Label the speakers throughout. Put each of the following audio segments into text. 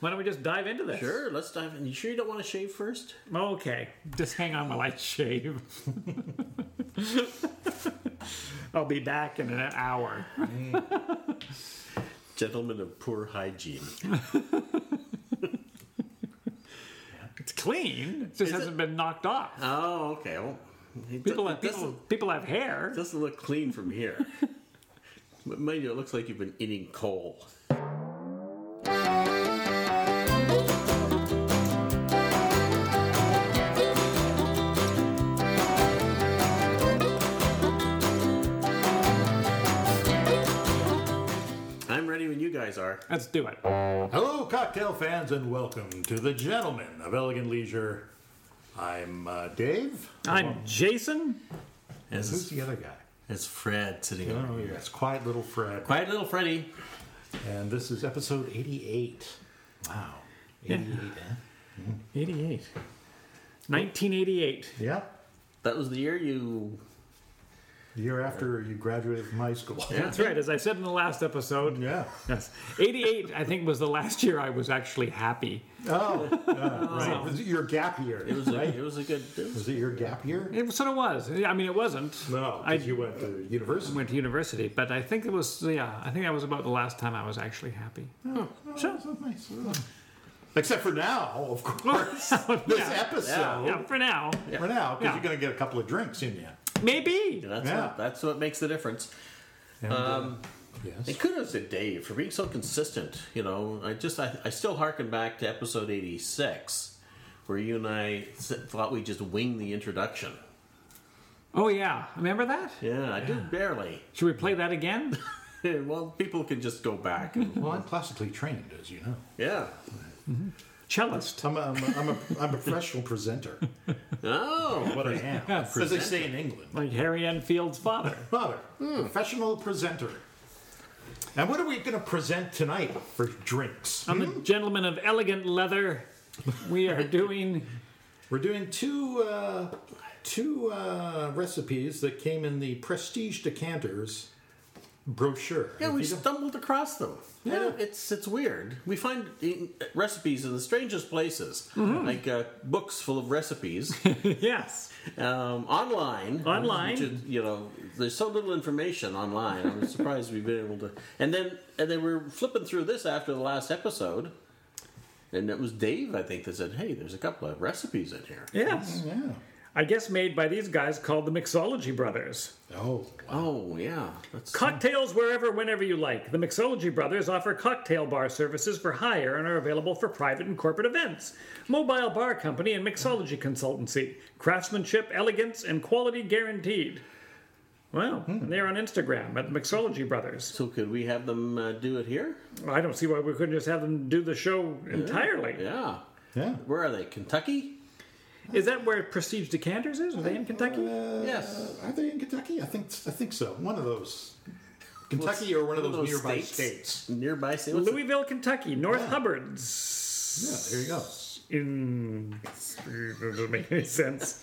Speaker 1: Why don't we just dive into this?
Speaker 2: Sure, let's dive in. You sure you don't want to shave first?
Speaker 1: Okay, just hang on while I shave. I'll be back in an hour.
Speaker 2: Gentlemen of poor hygiene.
Speaker 1: It's clean. It just
Speaker 2: Is
Speaker 1: hasn't been knocked off.
Speaker 2: Oh, okay. Well, it
Speaker 1: People
Speaker 2: do-
Speaker 1: have
Speaker 2: it doesn't,
Speaker 1: people, people have hair.
Speaker 2: doesn't look clean from here. but mind you, it looks like you've been eating coal. I'm ready when you guys are.
Speaker 1: Let's do it.
Speaker 3: Hello, cocktail fans, and welcome to the Gentlemen of Elegant Leisure. I'm uh, Dave.
Speaker 1: I'm Jason.
Speaker 3: Who's
Speaker 2: It's,
Speaker 3: the other guy?
Speaker 2: it's Fred sitting over
Speaker 3: Oh, yes, Quiet Little Fred.
Speaker 2: Quiet little Freddy.
Speaker 3: And this is episode 88. Wow. 88, eh?
Speaker 1: 88. 1988.
Speaker 3: Yeah.
Speaker 2: That was the year you.
Speaker 3: The year after you graduated from high school.
Speaker 1: That's right, as I said in the last episode.
Speaker 3: Yeah.
Speaker 1: Yes. 88, I think, was the last year I was actually happy.
Speaker 3: Oh, yeah, right. Was it your gap year?
Speaker 2: It was a, it was a good. It was
Speaker 3: Was it your gap year?
Speaker 1: It sort of was. I mean, it wasn't.
Speaker 3: No,
Speaker 1: I
Speaker 3: because you went to university.
Speaker 1: went to university, but I think it was, yeah, I think that was about the last time I was actually happy.
Speaker 3: Oh, that's nice. Except for now, of course. this episode.
Speaker 1: Yeah, for now.
Speaker 3: For now, because
Speaker 1: Yeah.
Speaker 3: you're going to get a couple of drinks in you.
Speaker 1: Maybe.
Speaker 2: That's
Speaker 3: Yeah.
Speaker 2: what, that's what makes the difference.
Speaker 3: Um,
Speaker 2: And
Speaker 3: yes.
Speaker 2: kudos to Dave for being so consistent. You know, I just I, I still harken back to episode eighty six, where you and I s- thought we just wing the introduction.
Speaker 1: Oh, yeah. Remember that?
Speaker 2: Yeah, I do barely.
Speaker 1: Should we play that again?
Speaker 2: well, people can just go back. And,
Speaker 3: Well, I'm classically trained, as you know.
Speaker 2: yeah.
Speaker 1: Cellist.
Speaker 3: I'm a, I'm a, I'm a, I'm a professional presenter.
Speaker 2: Oh,
Speaker 3: What I am. as they say in England. Hmm.
Speaker 1: Like Harry Enfield's father.
Speaker 3: Father, professional presenter. And what are we going to present tonight for drinks?
Speaker 1: I'm a gentleman of elegant leather. We are doing
Speaker 3: We're doing two uh, two uh, recipes that came in the Prestige Decanters brochure.
Speaker 2: yeah. We stumbled across them.
Speaker 3: Yeah.
Speaker 2: And it's it's weird. We find in- recipes in the strangest places,
Speaker 3: Mm-hmm.
Speaker 2: like uh, books full of recipes.
Speaker 1: yes.
Speaker 2: um, online.
Speaker 1: Online.
Speaker 2: which is, you know, there's so little information online. I'm surprised we've been able to. And then, and then we're flipping through this after the last episode, and it was Dave, I think, that said, "Hey, there's a couple of recipes in here."
Speaker 1: Yes.
Speaker 3: Yeah.
Speaker 1: I guess made by these guys called the Mixology Brothers.
Speaker 3: Oh,
Speaker 2: Oh yeah, that's
Speaker 1: Cocktails wherever, whenever you like. The Mixology Brothers offer cocktail bar services for hire and are available for private and corporate events. Mobile Bar Company and Mixology Consultancy. Craftsmanship, elegance, and quality guaranteed. Well,
Speaker 3: Hmm.
Speaker 1: they're on Instagram at the Mixology Brothers.
Speaker 2: so. Could we have them uh, do it here?
Speaker 1: I don't see why we couldn't just have them do the show entirely.
Speaker 2: Yeah.
Speaker 3: yeah.
Speaker 2: Where are they? Kentucky?
Speaker 1: Is that where Prestige Decanters is? Are they in Kentucky?
Speaker 3: Uh,
Speaker 2: Yes.
Speaker 3: Are they in Kentucky? I think I think so. One of those. Kentucky or one of those, nearby states.
Speaker 2: Nearby states. What's
Speaker 1: Louisville, Kentucky, North Hubbard's.
Speaker 3: Yeah, there you go.
Speaker 1: In it doesn't make any sense.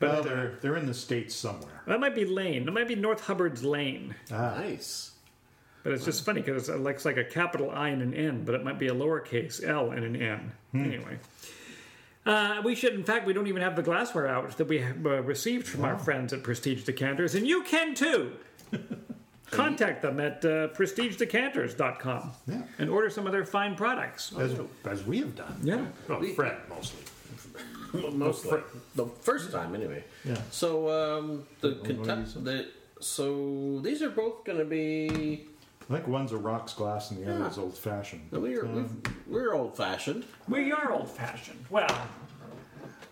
Speaker 3: Well, they're Um, they're in the states somewhere.
Speaker 1: That might be Lane. That might be North Hubbard's Lane.
Speaker 2: it? Nice.
Speaker 1: But it's just funny because it looks like a capital I and an N, but it might be a lowercase L and an N. Anyway. Uh, we should, in fact, we don't even have the glassware out that we have, uh, received from our friends at Prestige Decanters, and you can too! Contact them at uh, prestigedecanters.com
Speaker 3: Yeah.
Speaker 1: and order some of their fine products.
Speaker 3: As, as we have done.
Speaker 1: Yeah.
Speaker 3: Well, Fred mostly.
Speaker 2: Mostly the first time, anyway.
Speaker 3: Yeah.
Speaker 2: So um, the
Speaker 3: wanna use
Speaker 2: Kentucky. The, so these are both going to be
Speaker 3: I think one's a rocks glass and the other
Speaker 2: Yeah.
Speaker 3: is old fashioned.
Speaker 2: No, We're,
Speaker 1: Uh-huh.
Speaker 2: we've- we're old fashioned.
Speaker 1: We are old fashioned. Well,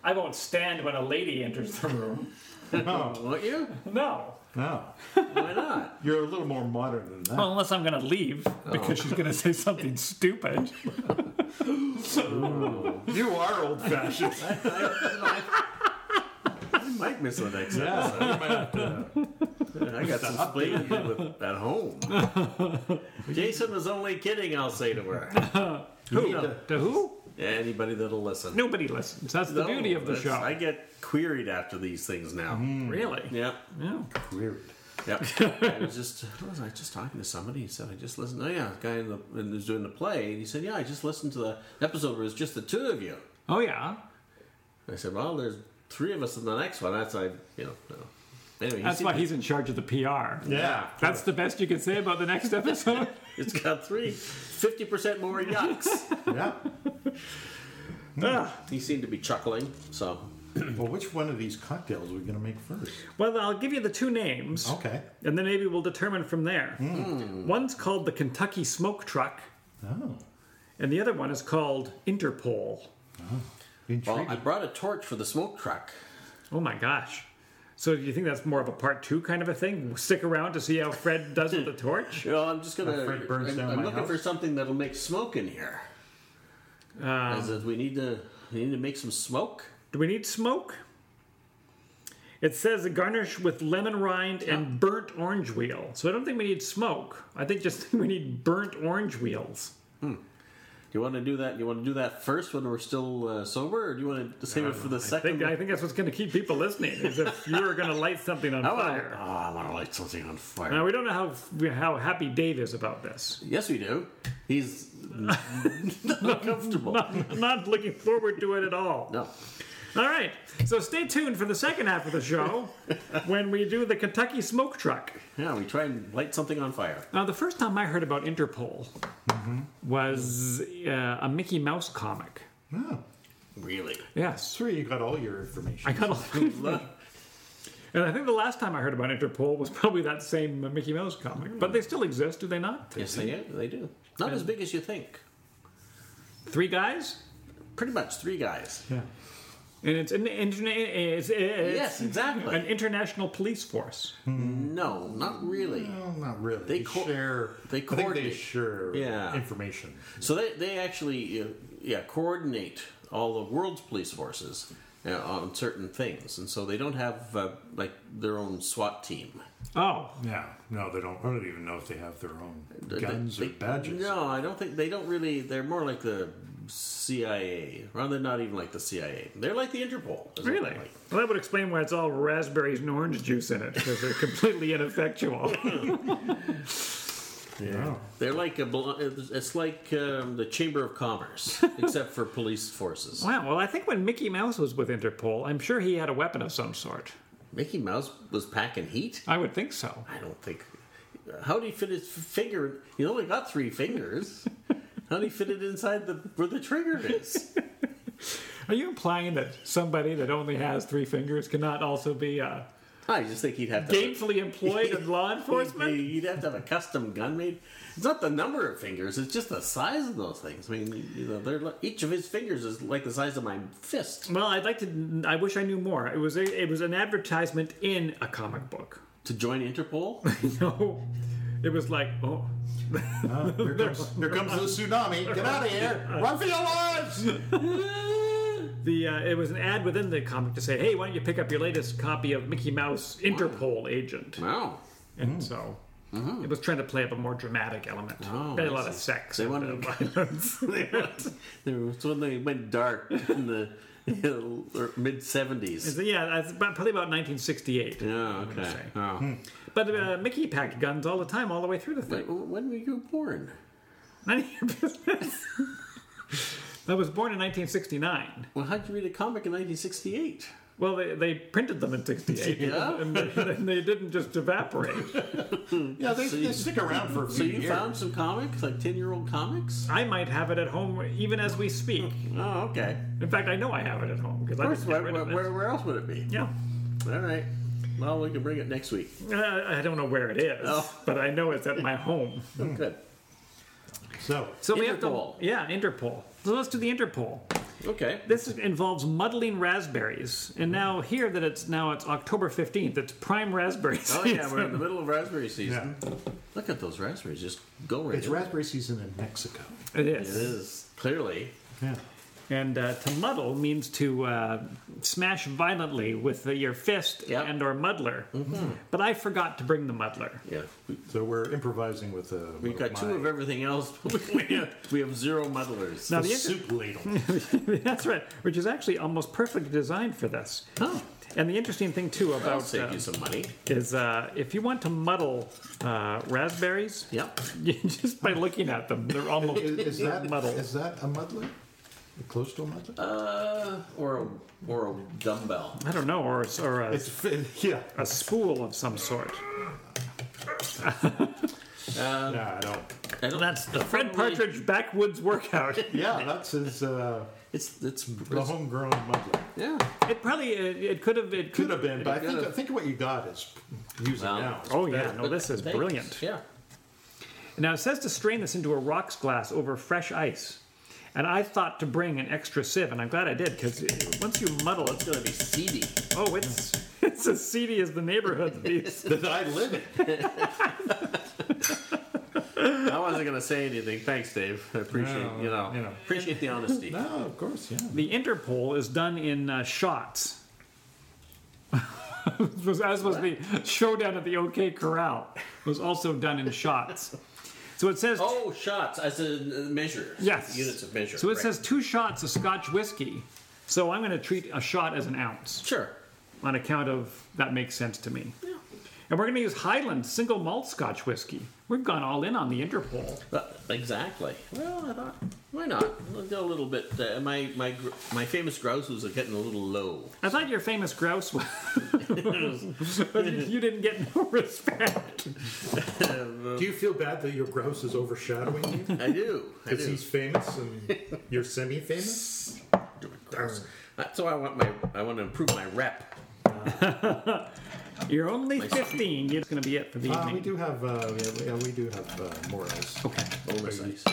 Speaker 1: I won't stand when a lady enters the room.
Speaker 3: No,
Speaker 2: Won't you?
Speaker 1: No.
Speaker 3: no.
Speaker 2: Why not?
Speaker 3: You're a little more modern than that.
Speaker 1: Well, unless I'm going to leave because she's going to say something stupid.
Speaker 3: You are old fashioned.
Speaker 2: I might miss the next episode. uh, I got some spleen with- at home. Jason was only kidding, I'll say to her.
Speaker 1: Who? To who?
Speaker 2: Anybody that'll listen.
Speaker 1: Nobody listens. That's the
Speaker 2: No,
Speaker 1: beauty of the Mm-hmm.
Speaker 2: that's-
Speaker 1: show.
Speaker 2: I get queeried after these things now.
Speaker 1: Really?
Speaker 2: Yeah.
Speaker 1: Yeah.
Speaker 3: Weird.
Speaker 2: Yep. I was just what was I just talking to somebody? He said I just listened. Oh yeah, the guy in the and was doing the play, and he said, yeah, I just listened to the episode where it's just the two of you.
Speaker 1: Oh yeah,
Speaker 2: I said, well, there's three of us in the next one. That's I, you know. No. Anyway, he
Speaker 1: that's
Speaker 2: seemed
Speaker 1: why
Speaker 2: to-
Speaker 1: he's in charge of the PR.
Speaker 3: Yeah.
Speaker 1: That's the best you can say about the next episode.
Speaker 2: It's got three, 50% more yucks.
Speaker 3: yeah.
Speaker 1: Ah.
Speaker 2: he seemed to be chuckling, so.
Speaker 3: Well, which one of these cocktails are we going to make first?
Speaker 1: Well, I'll give you the two names,
Speaker 3: Okay.
Speaker 1: and then maybe we'll determine from there. One's called the Kentucky Smoke Truck,
Speaker 3: Oh,
Speaker 1: and the other one is called Interpol.
Speaker 2: Well,
Speaker 3: intriguing.
Speaker 2: I brought a torch for the smoke truck.
Speaker 1: Oh my gosh. So do you think that's more of a part two kind of a thing? Stick around to see how Fred does with the torch?
Speaker 2: You know, I'm just gonna.
Speaker 3: Afraid it burns
Speaker 2: I'm,
Speaker 3: down
Speaker 2: I'm
Speaker 3: my
Speaker 2: looking
Speaker 3: house. Um,
Speaker 2: for something that'll make smoke in here. I said, we need to we need to make some smoke.
Speaker 1: Do we need smoke? It says garnish with lemon rind and burnt orange wheel. So I don't think we need smoke. I think just we need burnt orange wheels.
Speaker 2: Do you want to do that? You want to do that first when we're still uh, sober, or do you want to save it for the
Speaker 1: Uh, I think,
Speaker 2: second?
Speaker 1: I think that's what's going to keep people listening. Is if you were going to light something on
Speaker 2: I want
Speaker 1: fire.
Speaker 2: to. Oh, I want to light something on fire.
Speaker 1: Now we don't know how how happy Dave is about this.
Speaker 2: yes, we do. He's not comfortable.
Speaker 1: I'm not looking forward to it at all.
Speaker 2: No.
Speaker 1: All right. So stay tuned for the second half of the show when we do the Kentucky smoke truck.
Speaker 2: Yeah, we try and light something on fire.
Speaker 1: Now, the first time I heard about Interpol was uh, a Mickey Mouse comic.
Speaker 3: Oh,
Speaker 2: Really.
Speaker 1: Yes.
Speaker 3: that's where you got all your information.
Speaker 1: I got a And I think the last time I heard about Interpol was probably that same uh, Mickey Mouse comic. But they still exist, do they not?
Speaker 2: Yes, they do. They do. Not as big as you think.
Speaker 1: Three guys?
Speaker 2: Pretty much three guys.
Speaker 1: Yeah. And it's an, interna- it's, it's
Speaker 2: Yes, exactly.
Speaker 1: an international police force.
Speaker 2: no, not really.
Speaker 3: Well, not really.
Speaker 2: They
Speaker 3: They,
Speaker 2: co-
Speaker 3: share.
Speaker 2: they
Speaker 3: I think they
Speaker 2: coordinate.
Speaker 3: share
Speaker 2: Yeah.
Speaker 3: information.
Speaker 2: So they, they actually uh, yeah coordinate all the world's police forces uh, on certain things, and so they don't have uh, like their own SWAT team.
Speaker 1: Oh,
Speaker 3: Yeah. No, they don't. I don't even know if they have their own guns
Speaker 2: They-
Speaker 3: or badges.
Speaker 2: No, I don't think they don't really. They're more like the CIA. Well, they're not even like the CIA. They're like the Interpol. is what they're
Speaker 1: Really?
Speaker 2: like.
Speaker 1: Well, that would explain why it's all raspberries and orange juice in it, because they're completely ineffectual.
Speaker 3: Yeah.
Speaker 2: They're like a. bl- It's like um, the Chamber of Commerce, except for police forces.
Speaker 1: wow, well, I think when Mickey Mouse was with Interpol, I'm sure he had a weapon of some sort.
Speaker 2: Mickey Mouse was packing heat.
Speaker 1: I would think so.
Speaker 2: I don't think. How did he fit his finger? He only got three fingers. How did he fit it inside the where the trigger is?
Speaker 1: Are you implying that somebody that only has three fingers cannot also be uh,
Speaker 2: I just think he'd have to.
Speaker 1: gainfully employed in law enforcement?
Speaker 2: You'd have to have a custom gun made. It's not the number of fingers; it's just the size of those things. I mean, you know, they're like, each of his fingers is like the size of my fist.
Speaker 1: Well, I'd like to. I wish I knew more. It was a, it was an advertisement in a comic book.
Speaker 2: To join Interpol,
Speaker 1: No, it was like oh,
Speaker 3: Oh, here, comes, here comes the tsunami. Get out of here. Run for your lives.
Speaker 1: The uh, it was an ad within the comic to say, "Hey, why don't you pick up your latest copy of Mickey Mouse Interpol Agent?"
Speaker 2: wow!
Speaker 1: And so it was trying to play up a more dramatic element.
Speaker 2: Oh,
Speaker 1: they had
Speaker 2: I
Speaker 1: a lot
Speaker 2: see.
Speaker 1: of sex.
Speaker 2: They
Speaker 1: and,
Speaker 2: wanted
Speaker 1: uh,
Speaker 2: to-
Speaker 1: violence.
Speaker 2: They went- they were- it's when they went dark in the mid seventies.
Speaker 1: yeah, that's about, probably about 1968.
Speaker 2: Yeah,
Speaker 1: gonna
Speaker 2: okay.
Speaker 1: say.
Speaker 2: Oh.
Speaker 3: Hmm.
Speaker 1: But uh, Mickey packed guns all the time, all the way through the
Speaker 2: Wait,
Speaker 1: thing.
Speaker 2: when were you born?
Speaker 1: None of your business. I was born in 1969.
Speaker 2: Well, how'd you read a comic in 1968?
Speaker 1: Well, they, they printed them in 68.
Speaker 2: Yeah.
Speaker 1: And, they, and they didn't just evaporate.
Speaker 3: Yeah, they, they stick around for a few
Speaker 2: So you
Speaker 3: years.
Speaker 2: found some comics, like 10 year old comics?
Speaker 1: I might have it at home even as we speak.
Speaker 2: Oh, okay.
Speaker 1: In fact, I know I have it at home because I
Speaker 2: Of course,
Speaker 1: just get
Speaker 2: where,
Speaker 1: rid of it.
Speaker 2: where, where else would it be?
Speaker 1: Yeah,
Speaker 2: All right. Well, we can bring it next week.
Speaker 1: uh, I don't know where it is,
Speaker 2: Oh.
Speaker 1: but I know it's at my home.
Speaker 2: Oh,
Speaker 3: Hmm.
Speaker 2: good.
Speaker 3: So
Speaker 1: So we
Speaker 2: Interpol.
Speaker 1: have to, yeah, Interpol. So let's do the Interpol.
Speaker 2: Okay.
Speaker 1: This involves muddling raspberries, and now here that it's now it's October fifteenth. It's prime raspberry
Speaker 2: Oh,
Speaker 1: season.
Speaker 2: yeah, we're in the middle of raspberry
Speaker 3: yeah,
Speaker 2: season. Look at those raspberries just go right
Speaker 3: it's
Speaker 2: in.
Speaker 3: raspberry season in Mexico.
Speaker 1: It
Speaker 2: It
Speaker 1: is.
Speaker 2: is, clearly.
Speaker 3: Yeah.
Speaker 1: And uh, to muddle means to uh, smash violently with uh, your fist
Speaker 2: Yep. Mm-hmm.
Speaker 1: and or muddler. But I forgot to bring the muddler.
Speaker 2: Yeah. We-
Speaker 3: So we're improvising with a.
Speaker 2: We've got two of everything else, but we have, we have zero muddlers.
Speaker 1: Now the inter-
Speaker 3: soup ladle.
Speaker 1: that's right, which is actually almost perfectly designed for this.
Speaker 2: Oh.
Speaker 1: And the interesting thing too
Speaker 2: That'll
Speaker 1: about
Speaker 2: save
Speaker 1: uh,
Speaker 2: you some money.
Speaker 1: is uh, if you want to muddle uh, raspberries,
Speaker 2: Yep.
Speaker 1: you- just by looking at them, they're almost
Speaker 3: Is, is that
Speaker 1: muddled.
Speaker 3: Is that a muddler? Close to a muddler?
Speaker 2: Uh, or a, or a dumbbell.
Speaker 1: I don't know, or or a,
Speaker 3: It's yeah.
Speaker 1: a spool of some sort.
Speaker 2: Uh,
Speaker 3: No, I don't.
Speaker 2: I don't,
Speaker 1: That's the Fred Partridge backwoods workout.
Speaker 3: Yeah, that's his uh,
Speaker 2: It's it's,
Speaker 3: the
Speaker 2: it's
Speaker 3: homegrown muddler.
Speaker 2: yeah.
Speaker 1: It probably it, it could have it
Speaker 3: Could have been, but I think
Speaker 2: could've.
Speaker 3: I think what you got is using
Speaker 2: Well,
Speaker 3: now.
Speaker 1: Oh yeah, no, this is
Speaker 2: Thanks.
Speaker 1: brilliant.
Speaker 2: Yeah.
Speaker 1: Now it says to strain this into a rocks glass over fresh ice, and I thought to bring an extra sieve, and I'm glad I did because once you muddle it,
Speaker 2: It's gonna be seedy.
Speaker 1: oh, it's it's as seedy as the neighborhood. that these-
Speaker 3: That I live in.
Speaker 2: I wasn't gonna say anything. Thanks, Dave. I appreciate
Speaker 3: No,
Speaker 2: you, know,
Speaker 3: you know.
Speaker 2: appreciate the honesty.
Speaker 3: No, Oh, of course, yeah.
Speaker 1: the interpol is done in uh, shots. was, as was the showdown at the OK Corral was also done in shots. So it says
Speaker 2: Oh, shots as a measure.
Speaker 1: Yes.
Speaker 2: Units of measure.
Speaker 1: So it
Speaker 2: right.
Speaker 1: says two shots of Scotch whiskey. So I'm going to treat a shot as an ounce
Speaker 2: sure.
Speaker 1: on account of that makes sense to me. And we're going to use Highland single malt Scotch whiskey. We've gone all in on the Interpol.
Speaker 2: Uh, exactly. Well, I thought, why not? Let's go a little bit. Uh, my my gr- my famous grouses are getting a little low.
Speaker 1: I thought your famous grouse was. but you didn't get no respect.
Speaker 3: Do you feel bad that your grouse is overshadowing you
Speaker 2: I do. I
Speaker 3: because
Speaker 2: do.
Speaker 3: he's famous and you're semi-famous? Grouse.
Speaker 2: That's why I want my. I want to improve my rep.
Speaker 1: You're only
Speaker 2: Nice.
Speaker 1: 15. It's going to be it for the
Speaker 3: Uh, we
Speaker 1: evening.
Speaker 3: do have, uh, yeah, we- yeah, we do have uh, more ice.
Speaker 1: Okay.
Speaker 2: Bonus ice.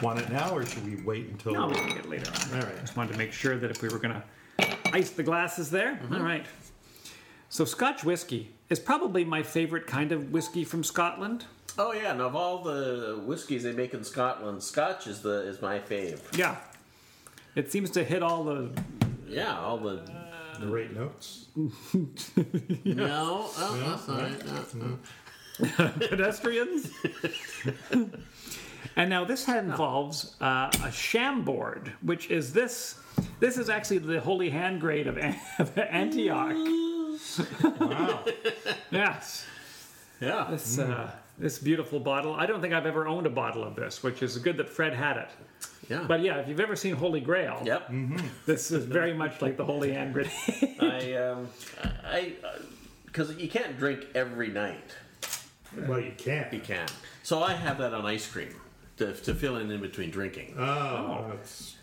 Speaker 3: Want it now, or should we wait until?
Speaker 1: No, we can get it later on.
Speaker 3: All right.
Speaker 1: Just wanted to make sure that if we were going to ice the glasses there. All right. So Scotch whiskey is probably my favorite kind of whiskey from Scotland.
Speaker 2: Oh yeah, and of all the whiskeys they make in Scotland, Scotch is the is my fave.
Speaker 1: Yeah. It seems to hit all the
Speaker 2: Yeah, all the
Speaker 3: The right notes.
Speaker 2: no, oh, that's all right. Uh, uh.
Speaker 1: pedestrians. and now this had involves uh, a sham board, which is this. This is actually the holy hand grade of, An- of
Speaker 2: Mm.
Speaker 1: Antioch.
Speaker 3: Wow.
Speaker 1: Yes.
Speaker 2: yeah.
Speaker 1: This, uh, this beautiful bottle. I don't think I've ever owned a bottle of this, which is good that Fred had it.
Speaker 2: Yeah. Mm-hmm.
Speaker 1: But yeah, if you've ever seen Holy Grail,
Speaker 2: Yep.
Speaker 1: this is very much like the Holy Hand Grenade.
Speaker 2: I um I because you can't drink every night.
Speaker 3: well, you can't.
Speaker 2: You can. So I have that on ice cream to, to fill in in between drinking.
Speaker 3: Oh, that's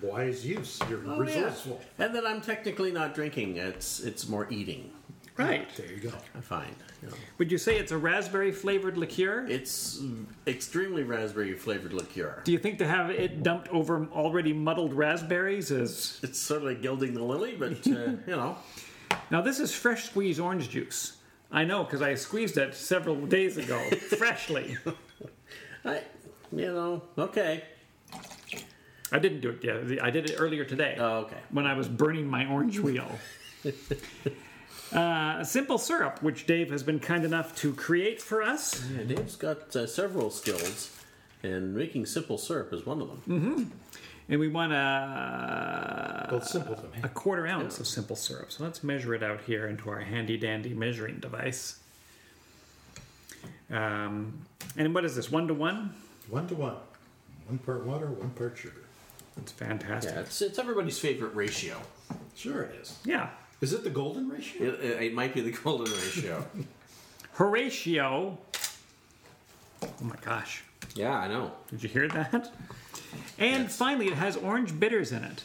Speaker 3: wise use. You're
Speaker 2: Oh, yeah.
Speaker 3: resourceful.
Speaker 2: And then I'm technically not drinking. It's it's more eating.
Speaker 1: right.
Speaker 3: There you go.
Speaker 2: I find. you know.
Speaker 1: Would you say it's a raspberry flavored liqueur?
Speaker 2: It's extremely raspberry flavored liqueur.
Speaker 1: Do you think to have it dumped over already muddled raspberries is.
Speaker 2: It's sort of like gilding the lily, but uh, you know.
Speaker 1: Now, this is fresh squeezed orange juice. I know because I squeezed it several days ago, freshly.
Speaker 2: I, you know, okay.
Speaker 1: I didn't do it yet. I did it earlier today
Speaker 2: Oh, okay.
Speaker 1: when I was burning my orange wheel. Uh, simple syrup, which Dave has been kind enough to create for us.
Speaker 2: Yeah, Dave's got uh, several skills, and making simple syrup is one of them.
Speaker 1: And we want a,
Speaker 3: Well, simple to me.
Speaker 1: a quarter ounce of simple syrup. So let's measure it out here into our handy dandy measuring device. Um, and what is this? One to one?
Speaker 3: One to one. One part water, one part sugar.
Speaker 1: That's fantastic.
Speaker 2: Yeah, it's, it's everybody's favorite ratio.
Speaker 3: Sure, it is.
Speaker 1: Yeah.
Speaker 3: Is it the golden ratio?
Speaker 2: It, it, it might be the golden ratio.
Speaker 1: Horatio. Oh my gosh.
Speaker 2: yeah, I know.
Speaker 1: Did you hear that? And finally, it has orange bitters in it.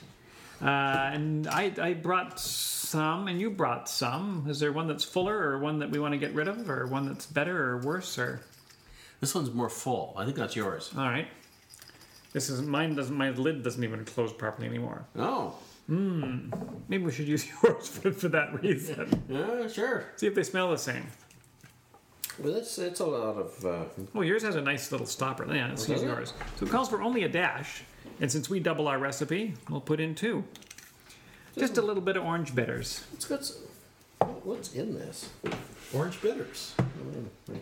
Speaker 1: Uh, and I, I brought some, and you brought some. Is there one that's fuller, or one that we want to get rid of, or one that's better or worse, or
Speaker 2: This one's more full. I think that's yours.
Speaker 1: all right? This is mine. Doesn't my lid doesn't even close properly anymore.
Speaker 2: Oh,
Speaker 1: Maybe we should use yours for, for that reason.
Speaker 2: yeah, sure.
Speaker 1: See if they smell the same.
Speaker 2: Well, that's that's a lot of. Uh,
Speaker 1: Oh, yours has a nice little stopper. Yeah, let's use
Speaker 2: does it?
Speaker 1: yours. So it calls for only a dash, and since we double our recipe, we'll put in two. Just a little bit of orange bitters.
Speaker 2: it's got. Some, what's in this?
Speaker 3: Orange bitters.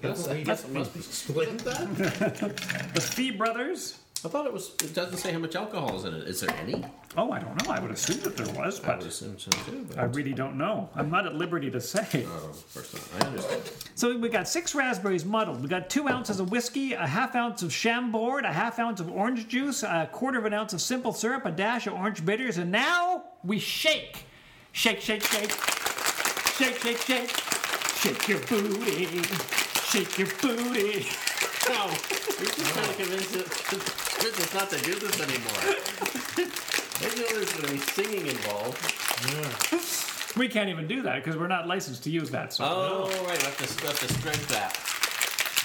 Speaker 2: That's,
Speaker 3: Well,
Speaker 2: I
Speaker 3: he
Speaker 2: guess it must be.
Speaker 3: Split that?
Speaker 1: The Fee Brothers
Speaker 2: I thought it was. It doesn't say how much alcohol is in it. Is there any?
Speaker 1: Oh, I don't know. I would assume that there was,
Speaker 2: I would
Speaker 1: but
Speaker 2: assume so too. But
Speaker 1: I really don't know. I'm not at liberty to say.
Speaker 2: oh, of course not. I understand.
Speaker 1: So we got six raspberries muddled. We got two ounces of whiskey, a half ounce of Chambord, a half ounce of orange juice, a quarter of an ounce of simple syrup, a dash of orange bitters, and now we shake, shake, shake, shake, shake, shake, shake, shake your booty, shake your booty.
Speaker 2: No, we're just trying to convince it- convince us not to do this anymore. I know there's going to be singing involved.
Speaker 1: We can't even do that because we're not licensed to use that. So
Speaker 2: Oh, right. We have to, we have to strike that.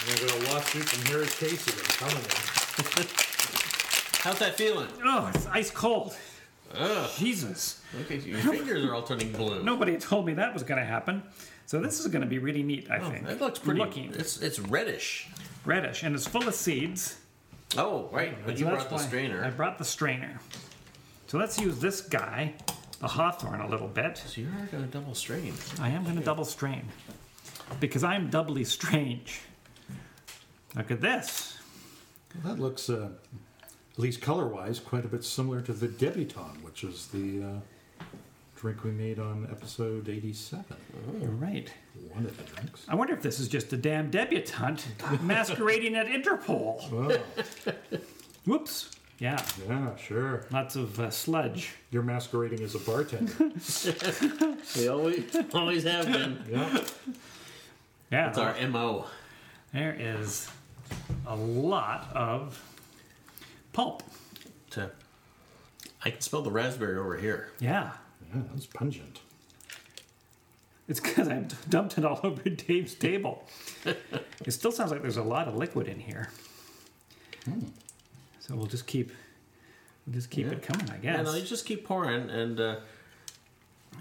Speaker 3: We've got a lawsuit from Harry Casey. I'm telling you.
Speaker 2: How's that feeling?
Speaker 1: oh, it's ice cold.
Speaker 2: Ugh.
Speaker 1: Jesus.
Speaker 2: Look at you. Your fingers are all turning blue.
Speaker 1: Nobody told me that was going to happen. So this is going to be really neat, I think.
Speaker 2: Oh, It looks pretty.
Speaker 1: Looking
Speaker 2: It's it's reddish.
Speaker 1: reddish, and it's full of seeds.
Speaker 2: Oh, right. But you
Speaker 1: So
Speaker 2: brought
Speaker 1: that's
Speaker 2: the
Speaker 1: why I
Speaker 2: strainer.
Speaker 1: brought the strainer. So let's use this guy, the Hawthorne, a little bit.
Speaker 2: So you are going to double strain.
Speaker 1: I am going to double strain because I'm doubly strange. Look at this.
Speaker 3: That looks, uh, at least color-wise, quite a bit similar to the debutante, which is the uh, drink we made on episode 87.
Speaker 1: You're right.
Speaker 3: One of the drinks.
Speaker 1: I wonder if this is just a damn debutante masquerading at Interpol.
Speaker 3: Oh,
Speaker 1: Whoops. Yeah,
Speaker 3: yeah, sure.
Speaker 1: lots of uh, sludge.
Speaker 3: You're masquerading as a bartender.
Speaker 2: They always always have been.
Speaker 3: yeah.
Speaker 1: Yeah,
Speaker 2: It's our mo.
Speaker 1: there is a lot of pulp.
Speaker 2: To, I can smell the raspberry over here.
Speaker 1: Yeah,
Speaker 3: Yeah, that's pungent.
Speaker 1: It's because I dumped it all over Dave's table. it still sounds like there's a lot of liquid in here. So we'll just keep, we'll just keep it coming, I
Speaker 2: Yeah,
Speaker 1: guess.
Speaker 2: no, you just keep pouring. And uh, so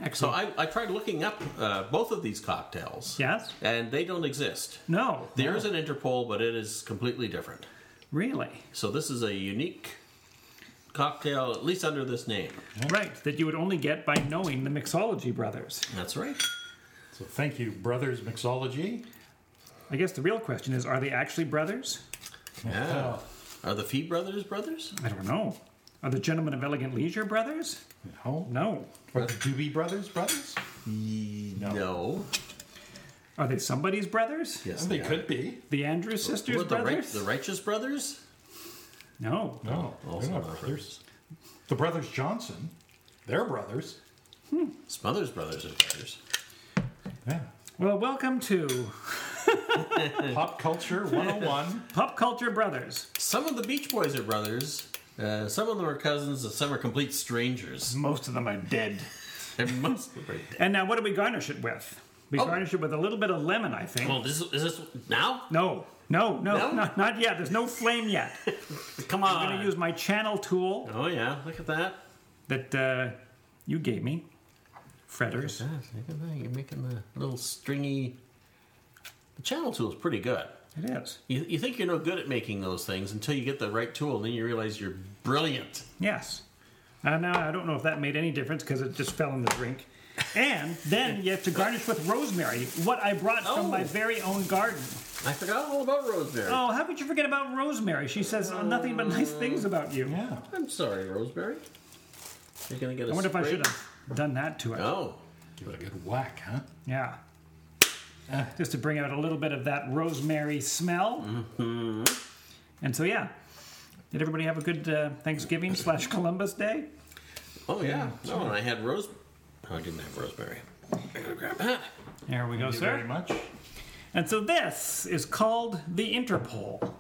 Speaker 1: Excellent.
Speaker 2: I, I tried looking up uh, both of these cocktails.
Speaker 1: yes.
Speaker 2: And they don't exist.
Speaker 1: No.
Speaker 2: There is an Interpol, but it is completely different.
Speaker 1: Really.
Speaker 2: So this is a unique cocktail, at least under this name.
Speaker 1: Right. That you would only get by knowing the mixology brothers.
Speaker 2: That's right.
Speaker 3: So thank you, Brothers Mixology.
Speaker 1: I guess the real question is, are they actually brothers?
Speaker 2: Yeah. Are the Fee brothers brothers?
Speaker 1: I don't know. Are the gentlemen of elegant leisure brothers?
Speaker 3: No.
Speaker 1: No.
Speaker 3: Are the Doobie Brothers brothers?
Speaker 2: No.
Speaker 1: Are they somebody's brothers?
Speaker 2: Yes,
Speaker 3: They
Speaker 2: are.
Speaker 3: could be.
Speaker 1: The Andrews sisters
Speaker 2: What, the, right,
Speaker 1: brothers?
Speaker 2: the Righteous Brothers?
Speaker 1: no.
Speaker 3: No,
Speaker 2: Also
Speaker 3: they're not
Speaker 2: not
Speaker 3: brothers.
Speaker 2: brothers.
Speaker 3: The Brothers Johnson, they're brothers.
Speaker 2: Smothers Brothers are brothers.
Speaker 3: Yeah.
Speaker 1: Well, welcome to
Speaker 3: Pop Culture 101.
Speaker 1: Pop Culture Brothers.
Speaker 2: Some of the Beach Boys are brothers. Uh, some of them are cousins, and some are complete strangers.
Speaker 1: Most of them are dead.
Speaker 2: And most of them are dead.
Speaker 1: And now, what do we garnish it with? We
Speaker 2: Oh.
Speaker 1: garnish it with a little bit of lemon, I think.
Speaker 2: Well, this, is this now?
Speaker 1: No, no, no, Ah.
Speaker 2: No?
Speaker 1: Not, not yet. There's no flame yet.
Speaker 2: Come
Speaker 1: I'm going
Speaker 2: on.
Speaker 1: to use my channel tool
Speaker 2: oh, yeah. Look at that.
Speaker 1: that uh, you gave me, Fretters.
Speaker 2: Yeah, look at that. You're making the little stringy. The channel tool is pretty good.
Speaker 1: It is.
Speaker 2: You, you think you're no good at making those things until you get the right tool, and then you realize you're brilliant.
Speaker 1: Yes. Uh, now, I don't know if that made any difference because it just fell in the drink. And then you have to garnish with rosemary, what I brought
Speaker 2: Oh.
Speaker 1: from my very own garden.
Speaker 2: I forgot all about Rosemary.
Speaker 1: Oh, how could you forget about rosemary? She says uh, nothing but nice things about you.
Speaker 3: Yeah.
Speaker 2: I'm sorry, Rosemary. You're gonna get a
Speaker 1: I wonder if I
Speaker 2: spray-
Speaker 1: should have done that to it.
Speaker 2: Oh,
Speaker 3: Give it a good whack, huh?
Speaker 1: Yeah. Uh. Just to bring out a little bit of that rosemary smell. Mm-hmm. And so, yeah. Did everybody have a good uh, Thanksgiving slash Columbus Day?
Speaker 2: oh yeah. No, and I had rose. No, I didn't have rosemary. I gotta grab that.
Speaker 1: There we go,
Speaker 3: Thank you very
Speaker 1: sir.
Speaker 3: much.
Speaker 1: And so this is called the Interpol,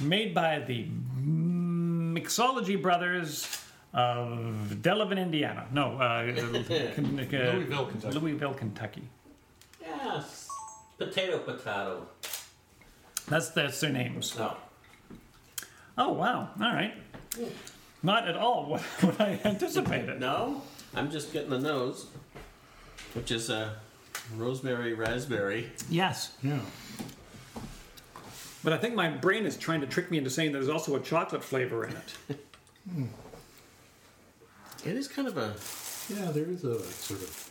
Speaker 1: made by the Mixology Brothers of Delavan, Indiana. No, uh, Con- uh,
Speaker 3: Louisville, Kentucky.
Speaker 1: Louisville, Kentucky.
Speaker 2: Yes. Potato, potato.
Speaker 1: That's that's their names.
Speaker 2: No.
Speaker 1: Oh wow! All right. Not at all what, what I anticipated.
Speaker 2: No. I'm just getting the nose, which is uh, rosemary raspberry.
Speaker 1: Yes.
Speaker 3: Yeah.
Speaker 1: But I think my brain is trying to trick me into saying there's also a chocolate flavor in it.
Speaker 2: It is kind of a
Speaker 3: Yeah, there is a sort of.